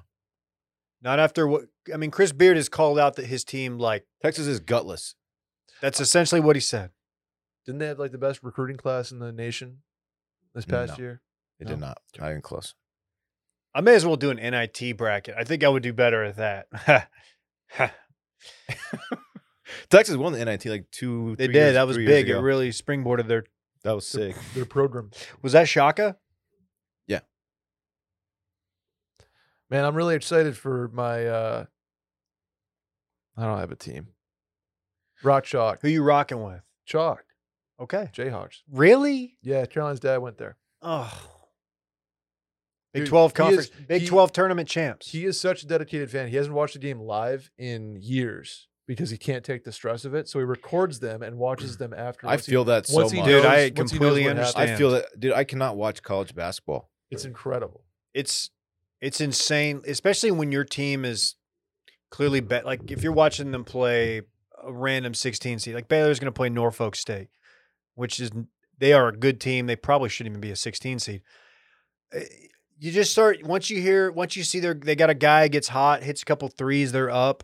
S2: Not after what I mean. Chris Beard has called out that his team like
S3: Texas is gutless.
S2: that's essentially what he said.
S4: Didn't they have like the best recruiting class in the nation this past
S3: No.
S4: year?
S3: They
S4: No.
S3: did not. Not even close.
S2: I may as well do an NIT bracket. I think I would do better at that.
S3: Texas won the NIT like two.
S2: they
S3: three
S2: did.
S3: years-
S2: that was
S3: three years
S2: big. It
S3: ago.
S2: really springboarded their.
S3: that was sick.
S4: Their program.
S2: Was that Shaka?
S4: Man, I'm really excited for my. uh I don't have a team. Rock Chalk.
S2: Who you rocking with?
S4: Chalk.
S2: Okay.
S4: Jayhawks.
S2: Really?
S4: Yeah, Caroline's dad went there.
S2: Oh. Big
S4: Dude,
S2: 12
S4: he is-
S2: conference. Big
S4: he-
S2: 12 tournament champs.
S4: He is such a dedicated fan. He hasn't watched the game live in years because he can't take the stress of it. So he records them and watches them after.
S3: I
S4: once he-
S3: feel that so
S4: once
S3: much.
S4: he
S2: Dude,
S4: knows-
S2: I
S4: once he knows
S2: completely
S4: what happened.
S2: understand.
S3: I feel that, dude. I cannot watch college basketball.
S4: It's incredible.
S2: it's it's insane, especially when your team is clearly bet. Like if you're watching them play a random 16 seed, like Baylor's going to play Norfolk State, which is they are a good team. They probably shouldn't even be a 16 seed. Uh, You just start once you hear once you see their they got a guy gets hot, hits a couple threes, they're up,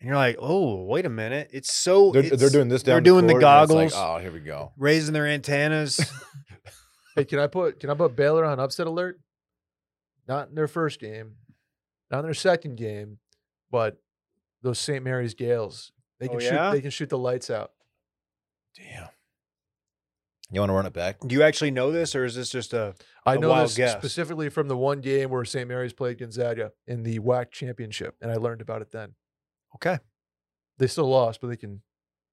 S2: and you're like, oh wait a minute, it's so
S3: They're,
S2: it's
S3: they're doing this.
S2: they're
S3: Down
S2: doing the
S3: court, and it's like,
S2: goggles.
S3: oh, here we go.
S2: raising their antennas.
S4: Hey, can I put can I put Baylor on upset alert? Not in their first game, not in their second game, but those St. Mary's Gales. They
S2: Oh,
S4: can
S2: yeah?
S4: shoot. They can shoot the lights out.
S3: Damn. You want to run it back?
S2: Do you actually know this, or is this just a
S4: I
S2: A
S4: know
S2: wild
S4: this
S2: guess.
S4: specifically from the one game where St. Mary's played Gonzaga in the WAC championship, and I learned about it then.
S2: okay?
S4: They still lost, but they can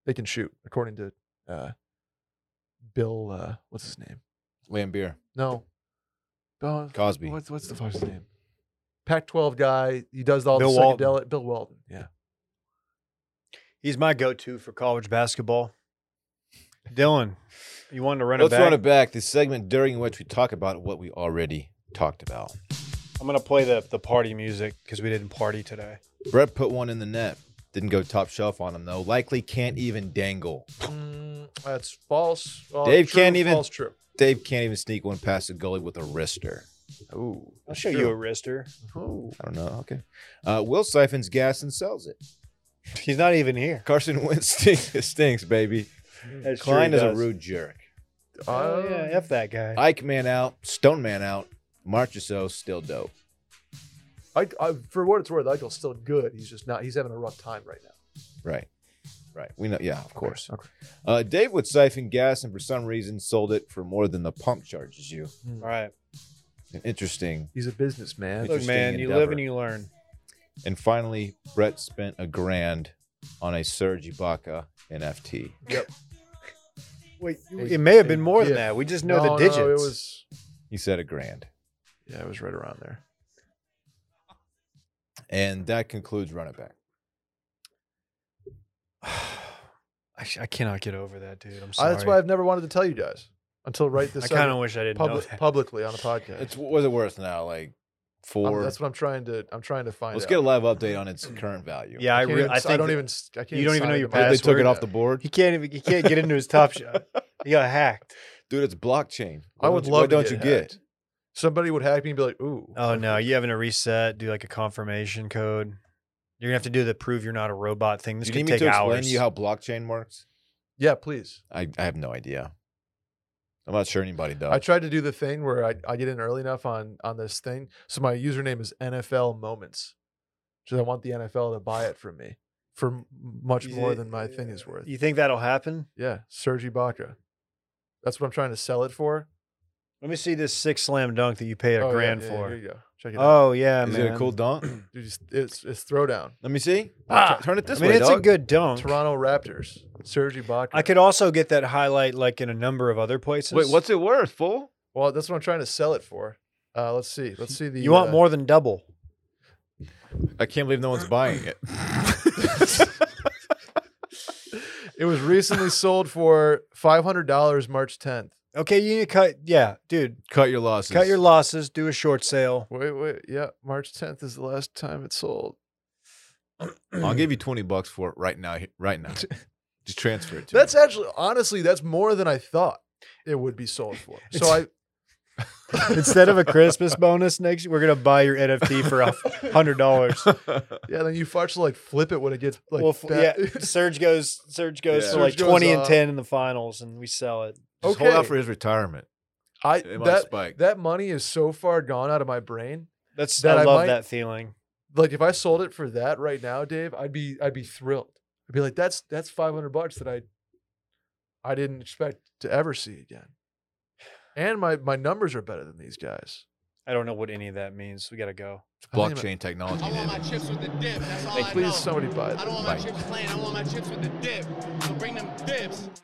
S4: they can shoot, according to uh, Bill. Uh, what's his name?
S3: Lambeer,
S4: No, Bill.
S3: Cosby.
S4: What's what's the fuck's name? Pac-12 guy. He does all
S2: Bill
S4: the
S2: Walton.
S4: psychedelic. Bill Walton. Yeah.
S2: He's my go-to for college basketball. Dylan, you wanted to run it
S3: Let's
S2: back.
S3: run it back. The segment during which we talk about what we already talked about.
S2: I'm gonna play the the party music because we didn't party today.
S3: Brett put one in the net. Didn't go top shelf on him though. Likely can't even dangle.
S4: Mm, that's false. Uh,
S3: Dave can't even-
S4: False. True.
S3: Dave can't even sneak one past the goalie with a wrister.
S4: Ooh.
S2: I'll show you a wrister.
S3: I don't know. Okay. Uh, Will siphons gas and sells it.
S2: He's not even here.
S3: Carson Wentz stinks, it stinks baby.
S2: That's true,
S3: Klein
S2: he
S3: is a
S2: does.
S3: rude jerk.
S2: Oh
S4: Uh,
S2: yeah, f that guy.
S3: Ike man out. Stone man out. Marchessault still dope.
S4: I, I, for what it's worth, Eichel's still good. He's just not. He's having a rough time right now.
S3: Right. Right. We know. Yeah, of course.
S4: okay.
S3: Uh, Dave would siphon gas and for some reason sold it for more than the pump charges you.
S2: All right,
S3: An interesting.
S4: He's a businessman.
S2: look,
S3: Interesting
S2: man, you live
S3: endeavor.
S2: and you learn.
S3: And finally, Brett spent a grand on a Serge Ibaka NFT.
S2: Wait,
S4: Hey,
S2: it may have been
S4: hey,
S2: more than
S4: yeah.
S2: that. We just know the
S4: No,
S2: digits.
S4: No, it was.
S3: He said a grand.
S4: Yeah, it was right around there.
S3: And that concludes Run It Back.
S2: I, sh- I cannot get over that, dude. I'm
S4: I-
S2: sorry.
S4: that's why I've never wanted to tell you guys until right this
S2: I
S4: second,
S2: kind of wish I didn't know
S4: public,
S2: that.
S4: publicly on a podcast.
S3: It's was it worth now? Like
S4: I'm-
S3: 4
S2: Um,
S4: that's what I'm trying to. I'm trying to find.
S3: Let's
S4: out.
S3: get a live update on its current value.
S2: yeah, I,
S4: can't
S2: re-
S4: even
S2: I
S4: s-
S2: think
S4: don't
S2: that-
S4: even. s- I can't
S2: you
S4: even
S2: don't even
S4: sign
S2: know
S4: it
S2: your
S4: to
S3: They-
S4: my-
S3: they took it
S2: Password. uh,
S3: off the board,
S2: he can't even he can't get into his top shot. He got hacked.
S3: dude. It's blockchain. Why
S4: I would
S3: don't you-
S4: love.
S3: Why
S4: to
S3: don't you
S4: hacked.
S3: get?
S4: Somebody would hack me and be like, "Ooh,
S2: Oh no, you having to reset, do like a confirmation code. You're gonna have to do the prove you're not a robot thing. This
S3: you
S2: could
S3: need me
S2: take
S3: to explain
S2: hours.
S3: to you how blockchain works?
S4: yeah, please."
S3: I, I have no idea. I'm not sure anybody
S2: Oh.
S3: does.
S4: I tried to do the thing where I, I get in early enough on on this thing. So my username is NFL Moments, because I want the NFL to buy it from me for m- much
S2: You-
S4: more than my thing is worth.
S2: you think that'll happen?
S4: Yeah, Serge Ibaka. That's what I'm trying to sell it for.
S2: Let me see this six slam dunk that you paid a
S4: Oh, yeah,
S2: grand
S4: yeah,
S2: for.
S4: Here you go. Check it out.
S2: oh yeah,
S3: Is
S2: man.
S3: it a cool dunk?
S4: Dude, it's, it's it's throwdown.
S3: Let me see.
S4: Ah!
S3: T- Turn it
S2: I
S3: this
S2: mean,
S3: way.
S2: it's a
S3: dog.
S2: good dunk.
S4: Toronto Raptors. Serge Ibaka.
S2: I could also get that highlight like in a number of other places.
S3: Wait, what's it worth, fool?
S4: Well, that's what I'm trying to sell it for. Uh, let's see. Let's see the.
S2: you want
S4: uh,
S2: more than double?
S3: I can't believe no one's buying it.
S4: It was recently sold for five hundred dollars March 10th.
S2: Okay, you need to cut. Yeah, dude,
S3: Cut your losses.
S2: cut your losses. Do a short sale.
S4: Wait, wait, yeah, March 10th is the last time it sold.
S3: I'll give you twenty bucks for it right now. Right now, just transfer it. To
S4: That's
S3: me.
S4: actually honestly, that's more than I thought it would be sold for. So I
S2: Instead of a Christmas bonus next year, we're going to buy your NFT for a $100.
S4: Yeah, then you fudge like flip it when it gets like
S2: well, f-
S4: back-
S2: yeah, Serge goes Serge goes
S3: Yeah.
S2: for like
S4: Serge goes uh,
S2: 20 and
S4: off.
S2: 10 in the finals and we sell it.
S3: Just hold out
S4: Okay.
S3: for his retirement.
S4: I
S3: It might
S4: that
S3: spike.
S4: that money is so far gone out of my brain.
S2: That's
S4: That
S2: I
S4: I
S2: love
S4: might-
S2: that feeling.
S4: Like if I sold it for that right now, Dave, I'd be I'd be thrilled. I'd be like, that's that's five hundred bucks that I I didn't expect to ever see again. And my my numbers are better than these guys.
S2: I don't know what any of that means. We got to go.
S3: It's
S4: I don't even-
S3: blockchain technology.
S7: I want
S3: David.
S7: my chips with the dip. That's all I
S4: Please,
S7: know.
S4: somebody buy
S7: I
S4: it.
S7: don't want my
S3: Bye.
S7: chips plain. I want my chips with the dip. So bring them dips.